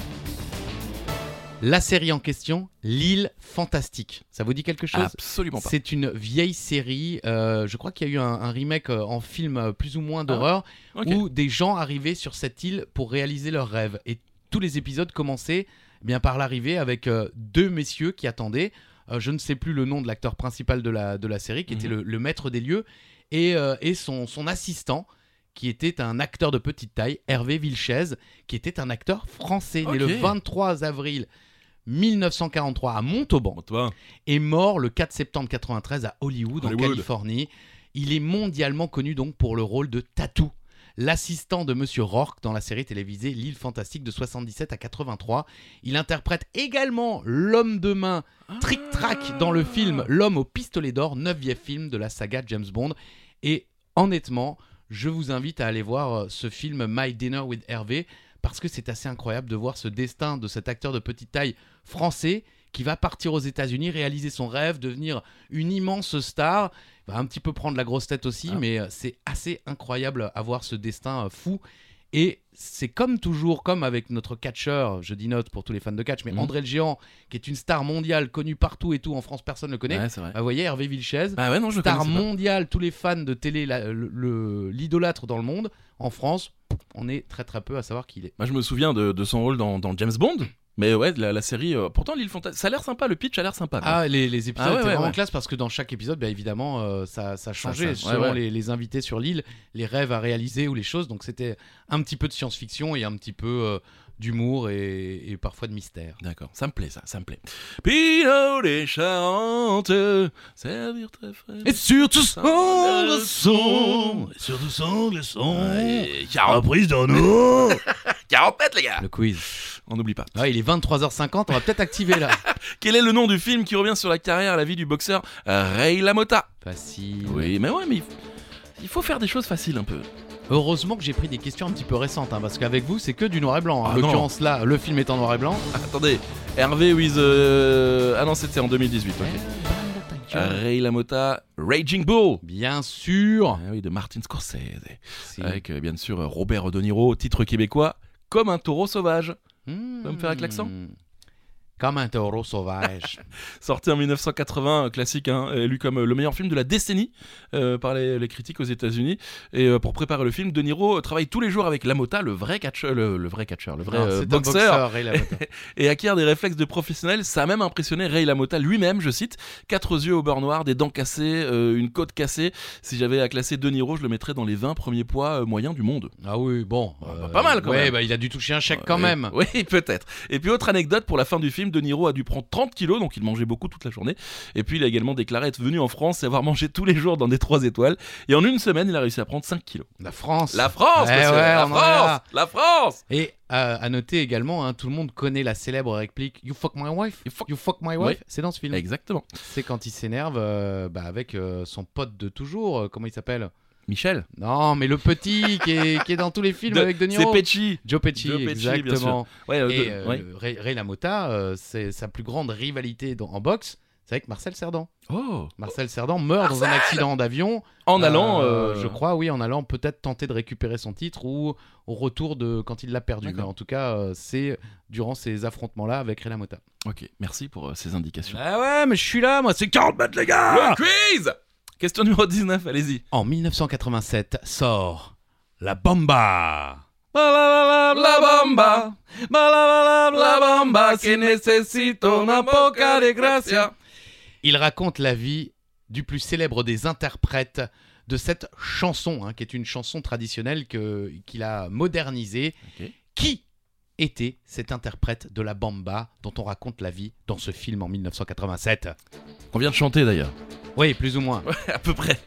Speaker 3: La série en question, L'île fantastique. Ça vous dit quelque chose
Speaker 1: Absolument pas.
Speaker 3: C'est une vieille série. euh, je crois qu'il y a eu un, un remake euh, en film euh, plus ou
Speaker 1: Ah.
Speaker 3: moins d'horreur
Speaker 1: Ok.
Speaker 3: où des gens arrivaient sur cette île pour réaliser leurs rêves. Et tous les épisodes commençaient eh bien par l'arrivée avec euh, deux messieurs qui attendaient. Euh, je ne sais plus le nom de l'acteur principal de la, de la série, qui était
Speaker 1: Mhm.
Speaker 3: le, le maître des lieux, et, euh, et son, son assistant, qui était un acteur de petite taille, Hervé Vilches, qui était un acteur français, né le
Speaker 1: Ok.
Speaker 3: 23 avril 1943 à Montauban
Speaker 1: Bon, toi,
Speaker 3: est mort le 4 septembre 93 à Hollywood, en
Speaker 1: Hollywood.
Speaker 3: Californie. Il est mondialement connu donc pour le rôle de Tatou, l'assistant de Monsieur Rourke dans la série télévisée L'île fantastique de 77 à 83. Il interprète également l'homme de main Trick Track dans le film L'homme au pistolet d'or, neuvième film de la saga James Bond. Et honnêtement, je vous invite à aller voir euh, ce film My Dinner with Hervé parce que c'est assez incroyable de voir ce destin de cet acteur de petite taille français qui va partir aux États-Unis, réaliser son rêve, devenir une immense star, Il va un petit peu prendre la grosse tête aussi,
Speaker 1: Ah.
Speaker 3: mais euh, c'est assez incroyable à voir ce destin euh, fou. Et c'est comme toujours, comme avec notre catcheur, je dis note pour tous les fans de catch, mais
Speaker 1: Mhm.
Speaker 3: André le Géant, qui est une star mondiale, connue partout et tout, en France personne ne le connaît.
Speaker 1: Ouais, c'est vrai.
Speaker 3: Bah, vous voyez, Hervé Vilches,
Speaker 1: Bah ouais, non, je le
Speaker 3: star
Speaker 1: connaissais pas.
Speaker 3: mondial, tous les fans de télé la- le- le- l'idolâtrent dans le monde. En France, on est très très peu à savoir qui il est.
Speaker 1: Moi, Bah, je me souviens de, de son rôle dans, dans James Bond. Mais ouais, la, la série. euh, Pourtant, l'île fantastique. Ça a l'air sympa, le pitch a l'air sympa. quoi.
Speaker 3: Ah, les, les épisodes
Speaker 1: Ah ouais,
Speaker 3: étaient
Speaker 1: ouais,
Speaker 3: vraiment
Speaker 1: ouais.
Speaker 3: classe parce que dans chaque épisode, bien évidemment, euh, ça, ça changeait
Speaker 1: ça- ouais,
Speaker 3: selon
Speaker 1: ouais.
Speaker 3: Les, les invités sur l'île, les rêves à réaliser ou les choses. Donc c'était un petit peu de science-fiction et un petit peu euh, d'humour et, et parfois de mystère.
Speaker 1: D'accord, ça me plaît, ça, ça me plaît. Pinot des Charentes, servir très frais.
Speaker 3: Et surtout, Oh,
Speaker 1: sombre, sombre,
Speaker 5: Surtout sans glaçons.
Speaker 1: Ouais,
Speaker 5: Reprise d'un eau.
Speaker 1: 40 mètres, les gars
Speaker 3: le quiz.
Speaker 1: On n'oublie pas.
Speaker 3: Ah, il est 23h50, on va peut-être activer là.
Speaker 1: Quel est le nom du film qui revient sur la carrière et la vie du boxeur euh, Ray LaMotta
Speaker 3: Facile.
Speaker 1: Oui, mais ouais, mais il faut- il faut faire des choses faciles un peu.
Speaker 3: Heureusement que j'ai pris des questions un petit peu récentes, hein, parce qu'avec vous, c'est que du noir et blanc. hein. En
Speaker 1: Ah non.
Speaker 3: l'occurrence, là, le film est en noir et blanc.
Speaker 1: Ah, Attendez, Hervé with... euh, Ah non, c'était en 2018, ok. Euh, Ray LaMotta, Raging Bull
Speaker 3: Bien sûr.
Speaker 1: Ah oui, de Martin Scorsese.
Speaker 3: C'est-
Speaker 1: Avec, euh, bien sûr, Robert De Niro, titre québécois, Comme un taureau sauvage. vas me faire avec l'accent
Speaker 3: Hmm. Comme un taureau sauvage.
Speaker 1: Sorti en 1980, un classique, hein, élu comme le meilleur film de la décennie euh, par les, les critiques aux États-Unis. Et euh, pour préparer le film, De Niro euh, travaille tous les jours avec Lamotta, le vrai catcheur, le, le vrai catcheur, le vrai
Speaker 3: Non,
Speaker 1: euh,
Speaker 3: c'est un
Speaker 1: boxeur,
Speaker 3: Ray LaMotta.
Speaker 1: et acquiert des réflexes de professionnel. Ça a même impressionné Ray Lamotta lui-même, je cite quatre yeux au beurre noir, des dents cassées, euh, une côte cassée. Si j'avais à classer De Niro, je le mettrais dans les 20 premiers poids euh, moyens du monde.
Speaker 3: ah oui, bon.
Speaker 1: Ah, bah, pas mal, quand
Speaker 3: ouais,
Speaker 1: même.
Speaker 3: bah, il a dû toucher un chèque quand
Speaker 1: Oui,
Speaker 3: même.
Speaker 1: Oui, peut-être. Et puis autre anecdote, pour la fin du film, De Niro a dû prendre 30 kilos, donc il mangeait beaucoup toute la journée. Et puis il a également déclaré être venu en France et avoir mangé tous les jours dans des 3 étoiles. Et en une semaine, il a réussi à prendre 5 kilos.
Speaker 3: La France.
Speaker 1: La France,
Speaker 3: Eh
Speaker 1: monsieur,
Speaker 3: ouais,
Speaker 1: La
Speaker 3: on en est là.
Speaker 1: France La France
Speaker 3: Et euh, à noter également, hein, tout le monde connaît la célèbre réplique You fuck my wife.
Speaker 1: You fuck-
Speaker 3: You fuck my
Speaker 1: Oui.
Speaker 3: wife. C'est dans ce film.
Speaker 1: Exactement.
Speaker 3: C'est quand il s'énerve euh, bah, avec euh, son pote de toujours. euh, comment il s'appelle
Speaker 1: Michel
Speaker 3: Non, mais le petit qui, est, qui est dans tous les films
Speaker 1: De-
Speaker 3: avec De
Speaker 1: C'est
Speaker 3: Niro.
Speaker 1: Pecci
Speaker 3: Joe Pesci,
Speaker 1: Joe Pesci, bien
Speaker 3: exactement.
Speaker 1: Ouais, euh,
Speaker 3: Et
Speaker 1: de-
Speaker 3: euh,
Speaker 1: ouais.
Speaker 3: Ray, Ray LaMotta, euh, c'est sa plus grande rivalité dans- en boxe, C'est avec Marcel Cerdan.
Speaker 1: Oh
Speaker 3: Marcel Cerdan meurt dans un accident d'avion.
Speaker 1: En allant.
Speaker 3: Euh,
Speaker 1: euh,
Speaker 3: Je crois, oui, en allant peut-être tenter de récupérer son titre ou au retour de quand il l'a perdu. Mais
Speaker 1: D'accord.
Speaker 3: en tout cas, euh, c'est durant ces affrontements-là avec Rena Mota.
Speaker 1: Ok, merci pour euh, ces indications.
Speaker 3: Ah ouais, mais je suis là, moi, c'est 40 mètres, les gars
Speaker 1: Le Ah. quiz Question numéro 19, allez-y.
Speaker 3: En 1987 sort La Bomba.
Speaker 1: La bamba, la bamba, que necesito una poca de gracia.
Speaker 3: Il raconte la vie du plus célèbre des interprètes de cette chanson, hein, qui est une chanson traditionnelle que- qu'il a modernisée.
Speaker 1: Ok.
Speaker 3: Qui était cet interprète de la Bamba dont on raconte la vie dans ce film en 1987
Speaker 1: On vient de chanter d'ailleurs.
Speaker 3: Oui, plus ou moins.
Speaker 1: à peu près.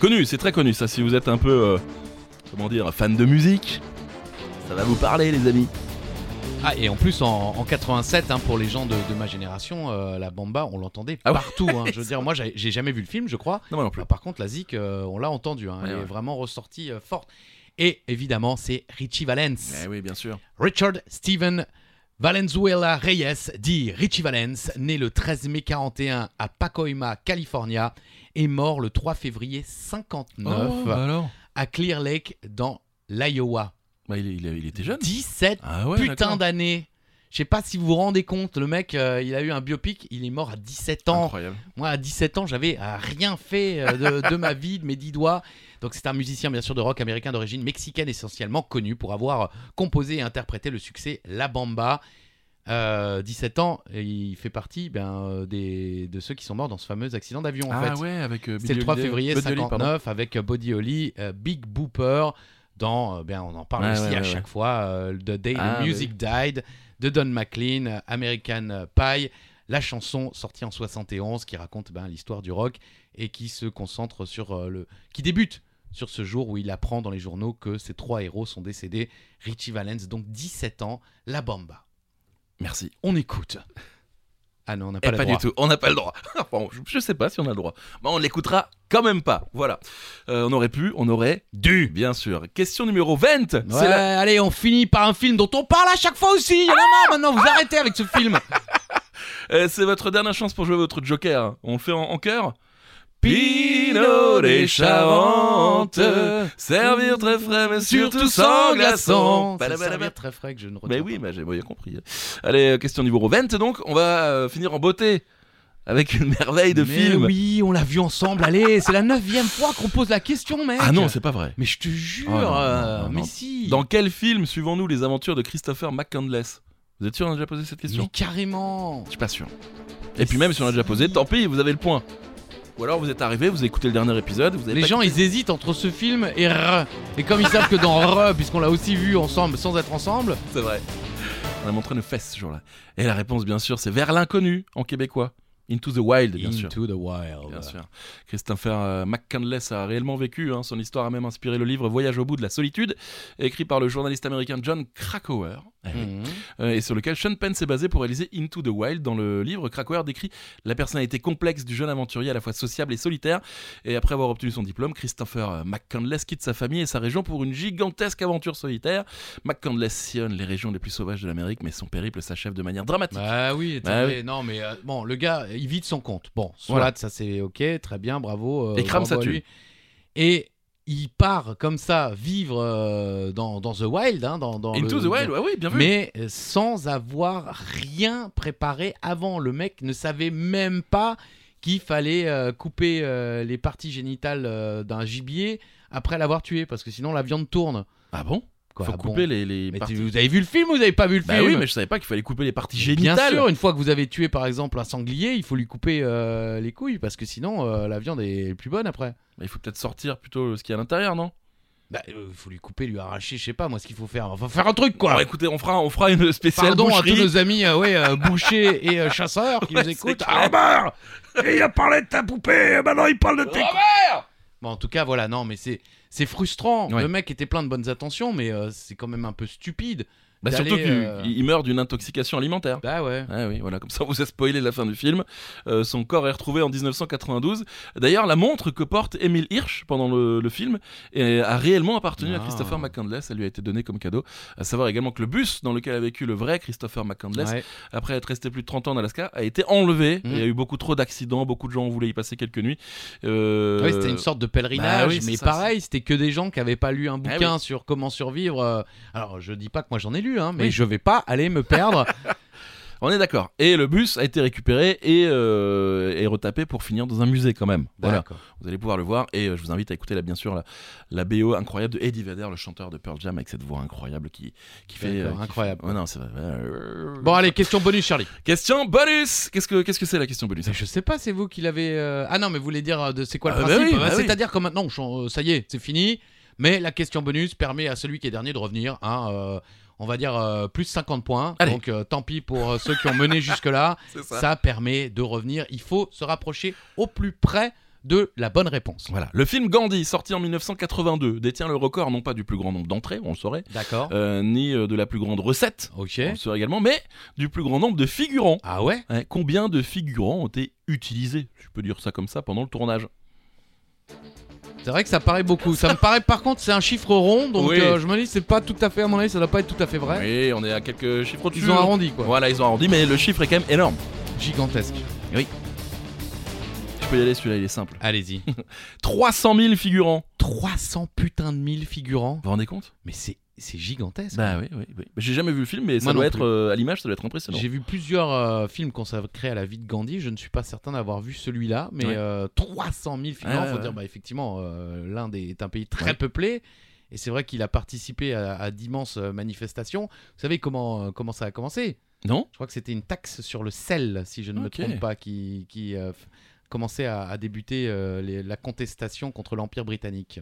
Speaker 1: Connu, c'est très connu ça. Si vous êtes un peu, euh, comment dire, fan de musique, ça va vous parler, les amis.
Speaker 3: Ah, et en plus, en, en 87, hein, pour les gens de, de ma génération, euh, la Bamba, on l'entendait
Speaker 1: Ah ouais,
Speaker 3: partout. hein. Je veux dire, moi, j'ai j'ai jamais vu le film, je crois.
Speaker 1: Non, moi non plus.
Speaker 3: Bah, par contre, la Zik, euh, on l'a entendu, hein,
Speaker 1: Ouais,
Speaker 3: elle
Speaker 1: ouais.
Speaker 3: est vraiment ressortie euh, forte. Et évidemment, c'est Richie Valens.
Speaker 1: Eh oui, bien sûr.
Speaker 3: Richard Steven Valenzuela Reyes, dit Richie Valens, né le 13 mai 41 à Pacoima, California, et mort le 3 février 59
Speaker 1: Oh, bah alors
Speaker 3: à Clear Lake, dans l'Iowa.
Speaker 1: bah, il, est- il est- il était jeune.
Speaker 3: 17
Speaker 1: Ah ouais,
Speaker 3: putains
Speaker 1: d'accord.
Speaker 3: d'années je sais pas si vous vous rendez compte, le mec, euh, il a eu un biopic, il est mort à 17 ans.
Speaker 1: Incroyable.
Speaker 3: Moi, à 17 ans, j'avais euh, rien fait euh, de, de ma vie, de mes dix doigts. Donc, c'est un musicien, bien sûr, de rock américain d'origine mexicaine, essentiellement connu pour avoir composé et interprété le succès La Bamba. Euh, 17 ans, et il fait partie ben, euh, des, de ceux qui sont morts dans ce fameux accident d'avion. en
Speaker 1: Ah
Speaker 3: fait.
Speaker 1: ouais, avec. euh,
Speaker 3: C'est le
Speaker 1: Billy
Speaker 3: 3
Speaker 1: Holiday-
Speaker 3: février
Speaker 1: Buddy Holly, pardon.
Speaker 3: 59 avec Body Holly, euh, Big Booper, dans, euh, ben, on en parle
Speaker 1: Ouais,
Speaker 3: aussi
Speaker 1: ouais,
Speaker 3: à
Speaker 1: ouais,
Speaker 3: chaque fois, euh, The Day
Speaker 1: Ah,
Speaker 3: the
Speaker 1: oui.
Speaker 3: Music Died, de Don McLean, euh, American Pie, la chanson sortie en 71 qui raconte ben, l'histoire du rock et qui se concentre sur euh, le... qui débute sur ce jour où il apprend dans les journaux que ses trois héros sont décédés, Richie Valens, donc 17 ans, La Bamba.
Speaker 1: Merci.
Speaker 3: On écoute. Ah non, on n'a pas
Speaker 1: Eh,
Speaker 3: le
Speaker 1: pas
Speaker 3: droit.
Speaker 1: du tout, on n'a pas le droit. Enfin, je, je sais pas si on a le droit. Mais on l'écoutera quand même pas. Voilà. Euh, on aurait pu, on aurait dû, bien sûr. Question numéro 20.
Speaker 3: Ouais,
Speaker 1: C'est la-
Speaker 3: Allez, on finit par un film dont on parle à chaque fois aussi. Il y en a marre maintenant, vous arrêtez avec ce film.
Speaker 1: Euh, c'est votre dernière chance pour jouer votre Joker. On le fait en, en chœur Pinot des Charentes, servir très frais mais surtout sans Bah, glaçon.
Speaker 3: C'est le
Speaker 1: Balabalaba.
Speaker 3: servir très frais que je ne retiens
Speaker 1: Mais Bah oui, mais j'ai bien compris. Allez, euh, question numéro 20 donc, on va euh, finir en beauté avec une merveille de
Speaker 3: Mais
Speaker 1: film.
Speaker 3: oui, on l'a vu ensemble. Allez, c'est la neuvième fois qu'on pose la question, mec.
Speaker 1: Ah non, c'est pas vrai.
Speaker 3: Mais je te jure,
Speaker 1: Oh non, non,
Speaker 3: euh,
Speaker 1: non, non.
Speaker 3: mais si.
Speaker 1: Dans quel film suivons-nous les aventures de Christopher McCandless Vous êtes sûr on a déjà posé cette question
Speaker 3: Mais carrément.
Speaker 1: Je suis pas sûr. Et puis même si on l'a déjà posé, tant pis, vous avez le point. Ou alors vous êtes arrivé, vous écoutez le dernier épisode, vous avez
Speaker 3: Les
Speaker 1: pas
Speaker 3: gens, ils hésitent entre ce film et R. Et comme ils savent que dans R, puisqu'on l'a aussi vu ensemble sans être ensemble,
Speaker 1: C'est vrai. On a montré nos fesses ce jour-là. Et la réponse, bien sûr, c'est vers l'inconnu en québécois. Into the Wild, bien sûr.
Speaker 3: Into the Wild.
Speaker 1: Bien sûr. Christopher euh, McCandless a réellement vécu. hein. Son histoire a même inspiré le livre Voyage au bout de la solitude, écrit par le journaliste américain John Krakauer. Eh oui.
Speaker 3: Mhm.
Speaker 1: Euh, et sur lequel Sean Penn s'est basé pour réaliser Into the Wild. Dans le livre, Krakauer décrit la personnalité complexe du jeune aventurier à la fois sociable et solitaire. Et après avoir obtenu son diplôme, Christopher euh, McCandless quitte sa famille et sa région pour une gigantesque aventure solitaire. McCandless sillonne les régions les plus sauvages de l'Amérique, mais son périple s'achève de manière dramatique.
Speaker 3: Bah oui,
Speaker 1: Bah
Speaker 3: attendez,
Speaker 1: oui.
Speaker 3: non mais euh, bon, le gars, il vide son compte. Bon, soit
Speaker 1: Voilà.
Speaker 3: ça c'est ok, très bien, bravo. euh,
Speaker 1: Et crame
Speaker 3: bravo
Speaker 1: sa
Speaker 3: à
Speaker 1: thune.
Speaker 3: lui. Et il part comme ça vivre euh, dans, dans The Wild, hein, dans, dans
Speaker 1: Into
Speaker 3: le-
Speaker 1: the Wild, ouais, oui, bien vu.
Speaker 3: Mais euh, sans avoir rien préparé avant, le mec ne savait même pas qu'il fallait euh, couper euh, les parties génitales euh, d'un gibier après l'avoir tué, parce que sinon la viande tourne.
Speaker 1: Ah bon
Speaker 3: Quoi,
Speaker 1: Faut
Speaker 3: ah bon.
Speaker 1: couper les, les
Speaker 3: Mais
Speaker 1: parties.
Speaker 3: tu- vous avez vu le film ou vous avez pas vu le
Speaker 1: Bah
Speaker 3: film
Speaker 1: oui, mais je savais pas qu'il fallait couper les parties
Speaker 3: Bien
Speaker 1: génitales.
Speaker 3: sûr, une fois que vous avez tué par exemple un sanglier, il faut lui couper euh, les couilles parce que sinon euh, la viande est plus bonne après.
Speaker 1: Mais il faut peut-être sortir plutôt ce qu'il y a à l'intérieur, non
Speaker 3: Bah, il faut lui couper, lui arracher, je sais pas moi ce qu'il faut faire. Enfin, faire un truc quoi.
Speaker 1: Bon, écoutez, on fera, on fera une spéciale
Speaker 3: Ah. Pardon à
Speaker 1: boucherie.
Speaker 3: tous nos amis euh, ouais, euh, bouchers et euh, chasseurs qui
Speaker 1: Ouais,
Speaker 3: nous
Speaker 1: c'est
Speaker 3: écoutent. Ah, bah.
Speaker 1: clair.
Speaker 5: Robert Et il a parlé de ta poupée, et maintenant il parle de tes...
Speaker 3: Bon, en tout cas, voilà, non, mais c'est c'est frustrant.
Speaker 1: Ouais.
Speaker 3: Le mec était plein de bonnes intentions, mais euh, c'est quand même un peu stupide
Speaker 1: Bah,
Speaker 3: d'aller,
Speaker 1: surtout qu'il
Speaker 3: euh,
Speaker 1: il meurt d'une intoxication alimentaire.
Speaker 3: Bah ouais.
Speaker 1: Ah oui, voilà, comme ça on vous a spoilé la fin du film. Euh, son corps est retrouvé en 1992. D'ailleurs, la montre que porte Emile Hirsch pendant le, le film est- a réellement appartenu à
Speaker 3: Ah.
Speaker 1: Christopher McCandless. Elle lui a été donnée comme cadeau. À savoir également que le bus dans lequel a vécu le vrai Christopher McCandless,
Speaker 3: Ouais.
Speaker 1: après être resté plus de 30 ans en Alaska, a été enlevé.
Speaker 3: Mm.
Speaker 1: Il y a eu beaucoup trop d'accidents, beaucoup de gens voulaient y passer quelques nuits. Euh,
Speaker 3: Ouais, c'était une sorte de
Speaker 1: bah
Speaker 3: pèlerinage,
Speaker 1: oui, c'est
Speaker 3: mais
Speaker 1: ça,
Speaker 3: pareil, c'était que des gens qui n'avaient pas lu un bouquin
Speaker 1: oui.
Speaker 3: sur comment survivre. euh, Alors, je dis pas que moi j'en ai lu, hein, mais je vais pas aller me perdre.
Speaker 1: On est d'accord. Et le bus a été récupéré et, euh, et retapé pour finir dans un musée quand même. Voilà.
Speaker 3: D'accord.
Speaker 1: Vous allez pouvoir le voir et euh, je vous invite à écouter là, bien sûr la, la BO incroyable de Eddie Vedder, le chanteur de Pearl Jam, avec cette voix incroyable qui, qui fait.
Speaker 3: D'accord,
Speaker 1: euh, qui-
Speaker 3: incroyable.
Speaker 1: Ouais, non, c'est vrai. Euh,
Speaker 3: Bon, allez, question bonus, Charlie.
Speaker 1: Question bonus Qu'est-ce que qu'est-ce que c'est la question bonus
Speaker 3: Je sais pas, c'est vous qui l'avez. euh, Ah non, mais vous voulez dire euh, de c'est quoi le
Speaker 1: Ah bah
Speaker 3: principe
Speaker 1: oui, bah oui.
Speaker 3: C'est-à-dire que maintenant, on chan- euh, ça y est, c'est fini. Mais la question bonus permet à celui qui est dernier de revenir. hein, euh, on va dire euh, plus 50 points.
Speaker 1: Allez.
Speaker 3: Donc euh, tant pis pour euh, ceux qui ont mené jusque-là.
Speaker 1: C'est
Speaker 3: Ça. permet de revenir. Il faut se rapprocher au plus près de la bonne réponse.
Speaker 1: Voilà. Le film Gandhi, sorti en 1982, détient le record non pas du plus grand nombre d'entrées, on le saurait,
Speaker 3: D'accord.
Speaker 1: euh, ni euh, de la plus grande recette,
Speaker 3: ok.
Speaker 1: on le saurait également, mais du plus grand nombre de figurants.
Speaker 3: Ah ouais
Speaker 1: Hein, combien de figurants ont été utilisés, je peux dire ça comme ça, pendant le tournage
Speaker 3: C'est vrai que ça paraît beaucoup. Ça me paraît par contre, c'est un chiffre rond. Donc
Speaker 1: Oui.
Speaker 3: euh, je me dis, c'est pas tout à fait, à mon avis, ça doit pas être tout à fait vrai.
Speaker 1: Oui, on est à quelques chiffres au-dessus.
Speaker 3: Ils ont arrondi quoi.
Speaker 1: Voilà, ils ont arrondi, mais le chiffre est quand même énorme.
Speaker 3: Gigantesque.
Speaker 1: Je peux y aller, celui-là il est simple.
Speaker 3: Allez-y.
Speaker 1: 300 000 figurants.
Speaker 3: 300 putains de mille figurants.
Speaker 1: Vous vous rendez compte
Speaker 3: Mais c'est c'est gigantesque.
Speaker 1: Bah oui, oui, oui. J'ai jamais vu le film, mais ça
Speaker 3: Moi
Speaker 1: doit
Speaker 3: non
Speaker 1: être
Speaker 3: plus.
Speaker 1: euh, à l'image, ça doit être impressionnant.
Speaker 3: J'ai vu plusieurs euh, films consacrés à la vie de Gandhi. Je ne suis pas certain d'avoir vu celui-là, mais
Speaker 1: Ouais.
Speaker 3: euh, 300 000 figurants,
Speaker 1: Ouais,
Speaker 3: faut
Speaker 1: ouais.
Speaker 3: dire, bah, effectivement, euh, l'Inde est un pays très
Speaker 1: Ouais.
Speaker 3: peuplé. Et c'est vrai qu'il a participé à, à d'immenses euh, manifestations. Vous savez comment, euh, comment ça a commencé
Speaker 1: Non
Speaker 3: Je crois que c'était une taxe sur le sel, si je ne
Speaker 1: Ok.
Speaker 3: me trompe pas, qui, qui euh, f- commençait à, à débuter euh, les- la contestation contre l'Empire britannique.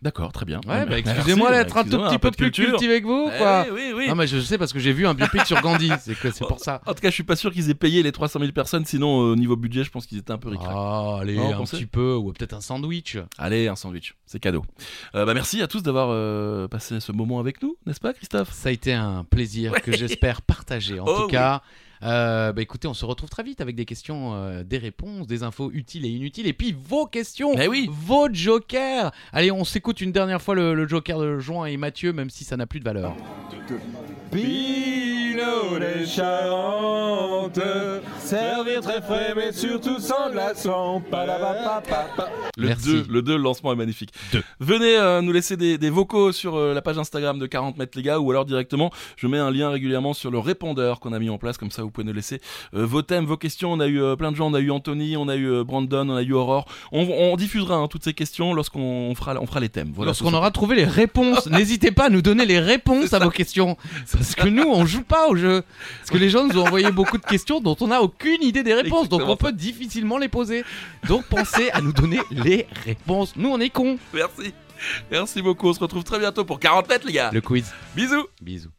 Speaker 1: D'accord, très bien.
Speaker 3: Ouais, bah,
Speaker 1: Merci,
Speaker 3: excusez-moi d'être un tout
Speaker 1: excusez-moi,
Speaker 3: petit peu,
Speaker 1: de
Speaker 3: plus
Speaker 1: culture.
Speaker 3: cultivé que vous,
Speaker 1: Eh
Speaker 3: quoi.
Speaker 1: oui, oui, oui.
Speaker 3: Non, mais je sais parce que j'ai vu un biopic sur Gandhi, c'est que c'est pour ça.
Speaker 1: En tout cas, je suis pas sûr qu'ils aient payé les 300 000 personnes, sinon euh, au niveau budget, je pense qu'ils étaient un peu ricrac.
Speaker 3: Ah, allez,
Speaker 1: Non,
Speaker 3: un
Speaker 1: pensez.
Speaker 3: petit peu, ou peut-être un sandwich.
Speaker 1: Allez, un sandwich, c'est cadeau. Euh, bah, merci à tous d'avoir euh, passé ce moment avec nous, n'est-ce pas, Christophe
Speaker 3: Ça a été un plaisir que j'espère partager. En
Speaker 1: Oh
Speaker 3: tout
Speaker 1: oui.
Speaker 3: cas, euh, bah, écoutez, on se retrouve très vite avec des questions, euh, des réponses, des infos utiles et inutiles, et puis vos questions,
Speaker 1: Eh oui
Speaker 3: vos jokers. Allez, on s'écoute une dernière fois le, le joker de Juan et Mathieu, même si ça n'a plus de valeur.
Speaker 4: Pinot des Charentes, servir très frais mais surtout sans glaçon. Palabapapapa.
Speaker 1: Le
Speaker 3: Merci.
Speaker 1: 2, le 2, le lancement est magnifique.
Speaker 3: Deux.
Speaker 1: Venez euh, nous laisser des, des vocaux sur euh, la page Instagram de 40 mètres les gars ou alors directement, je mets un lien régulièrement sur le répondeur qu'on a mis en place comme ça vous pouvez nous laisser euh, vos thèmes, vos questions. On a eu euh, plein de gens, on a eu Anthony, on a eu euh, Brandon, on a eu Aurore. On, on diffusera hein, toutes ces questions lorsqu'on fera on fera les thèmes. Voilà.
Speaker 3: Lorsqu'on aura trouvé les réponses, n'hésitez pas à nous donner les réponses à vos questions. Parce que nous, on joue pas au jeu. Parce que les gens nous ont envoyé beaucoup de questions dont on n'a aucune idée des réponses.
Speaker 1: Exactement
Speaker 3: donc on peut difficilement les poser. Donc pensez à nous donner les réponses. Nous, on est cons.
Speaker 1: Merci. Merci beaucoup. On se retrouve très bientôt pour 40 mètres les gars.
Speaker 3: Le quiz.
Speaker 1: Bisous.
Speaker 3: Bisous.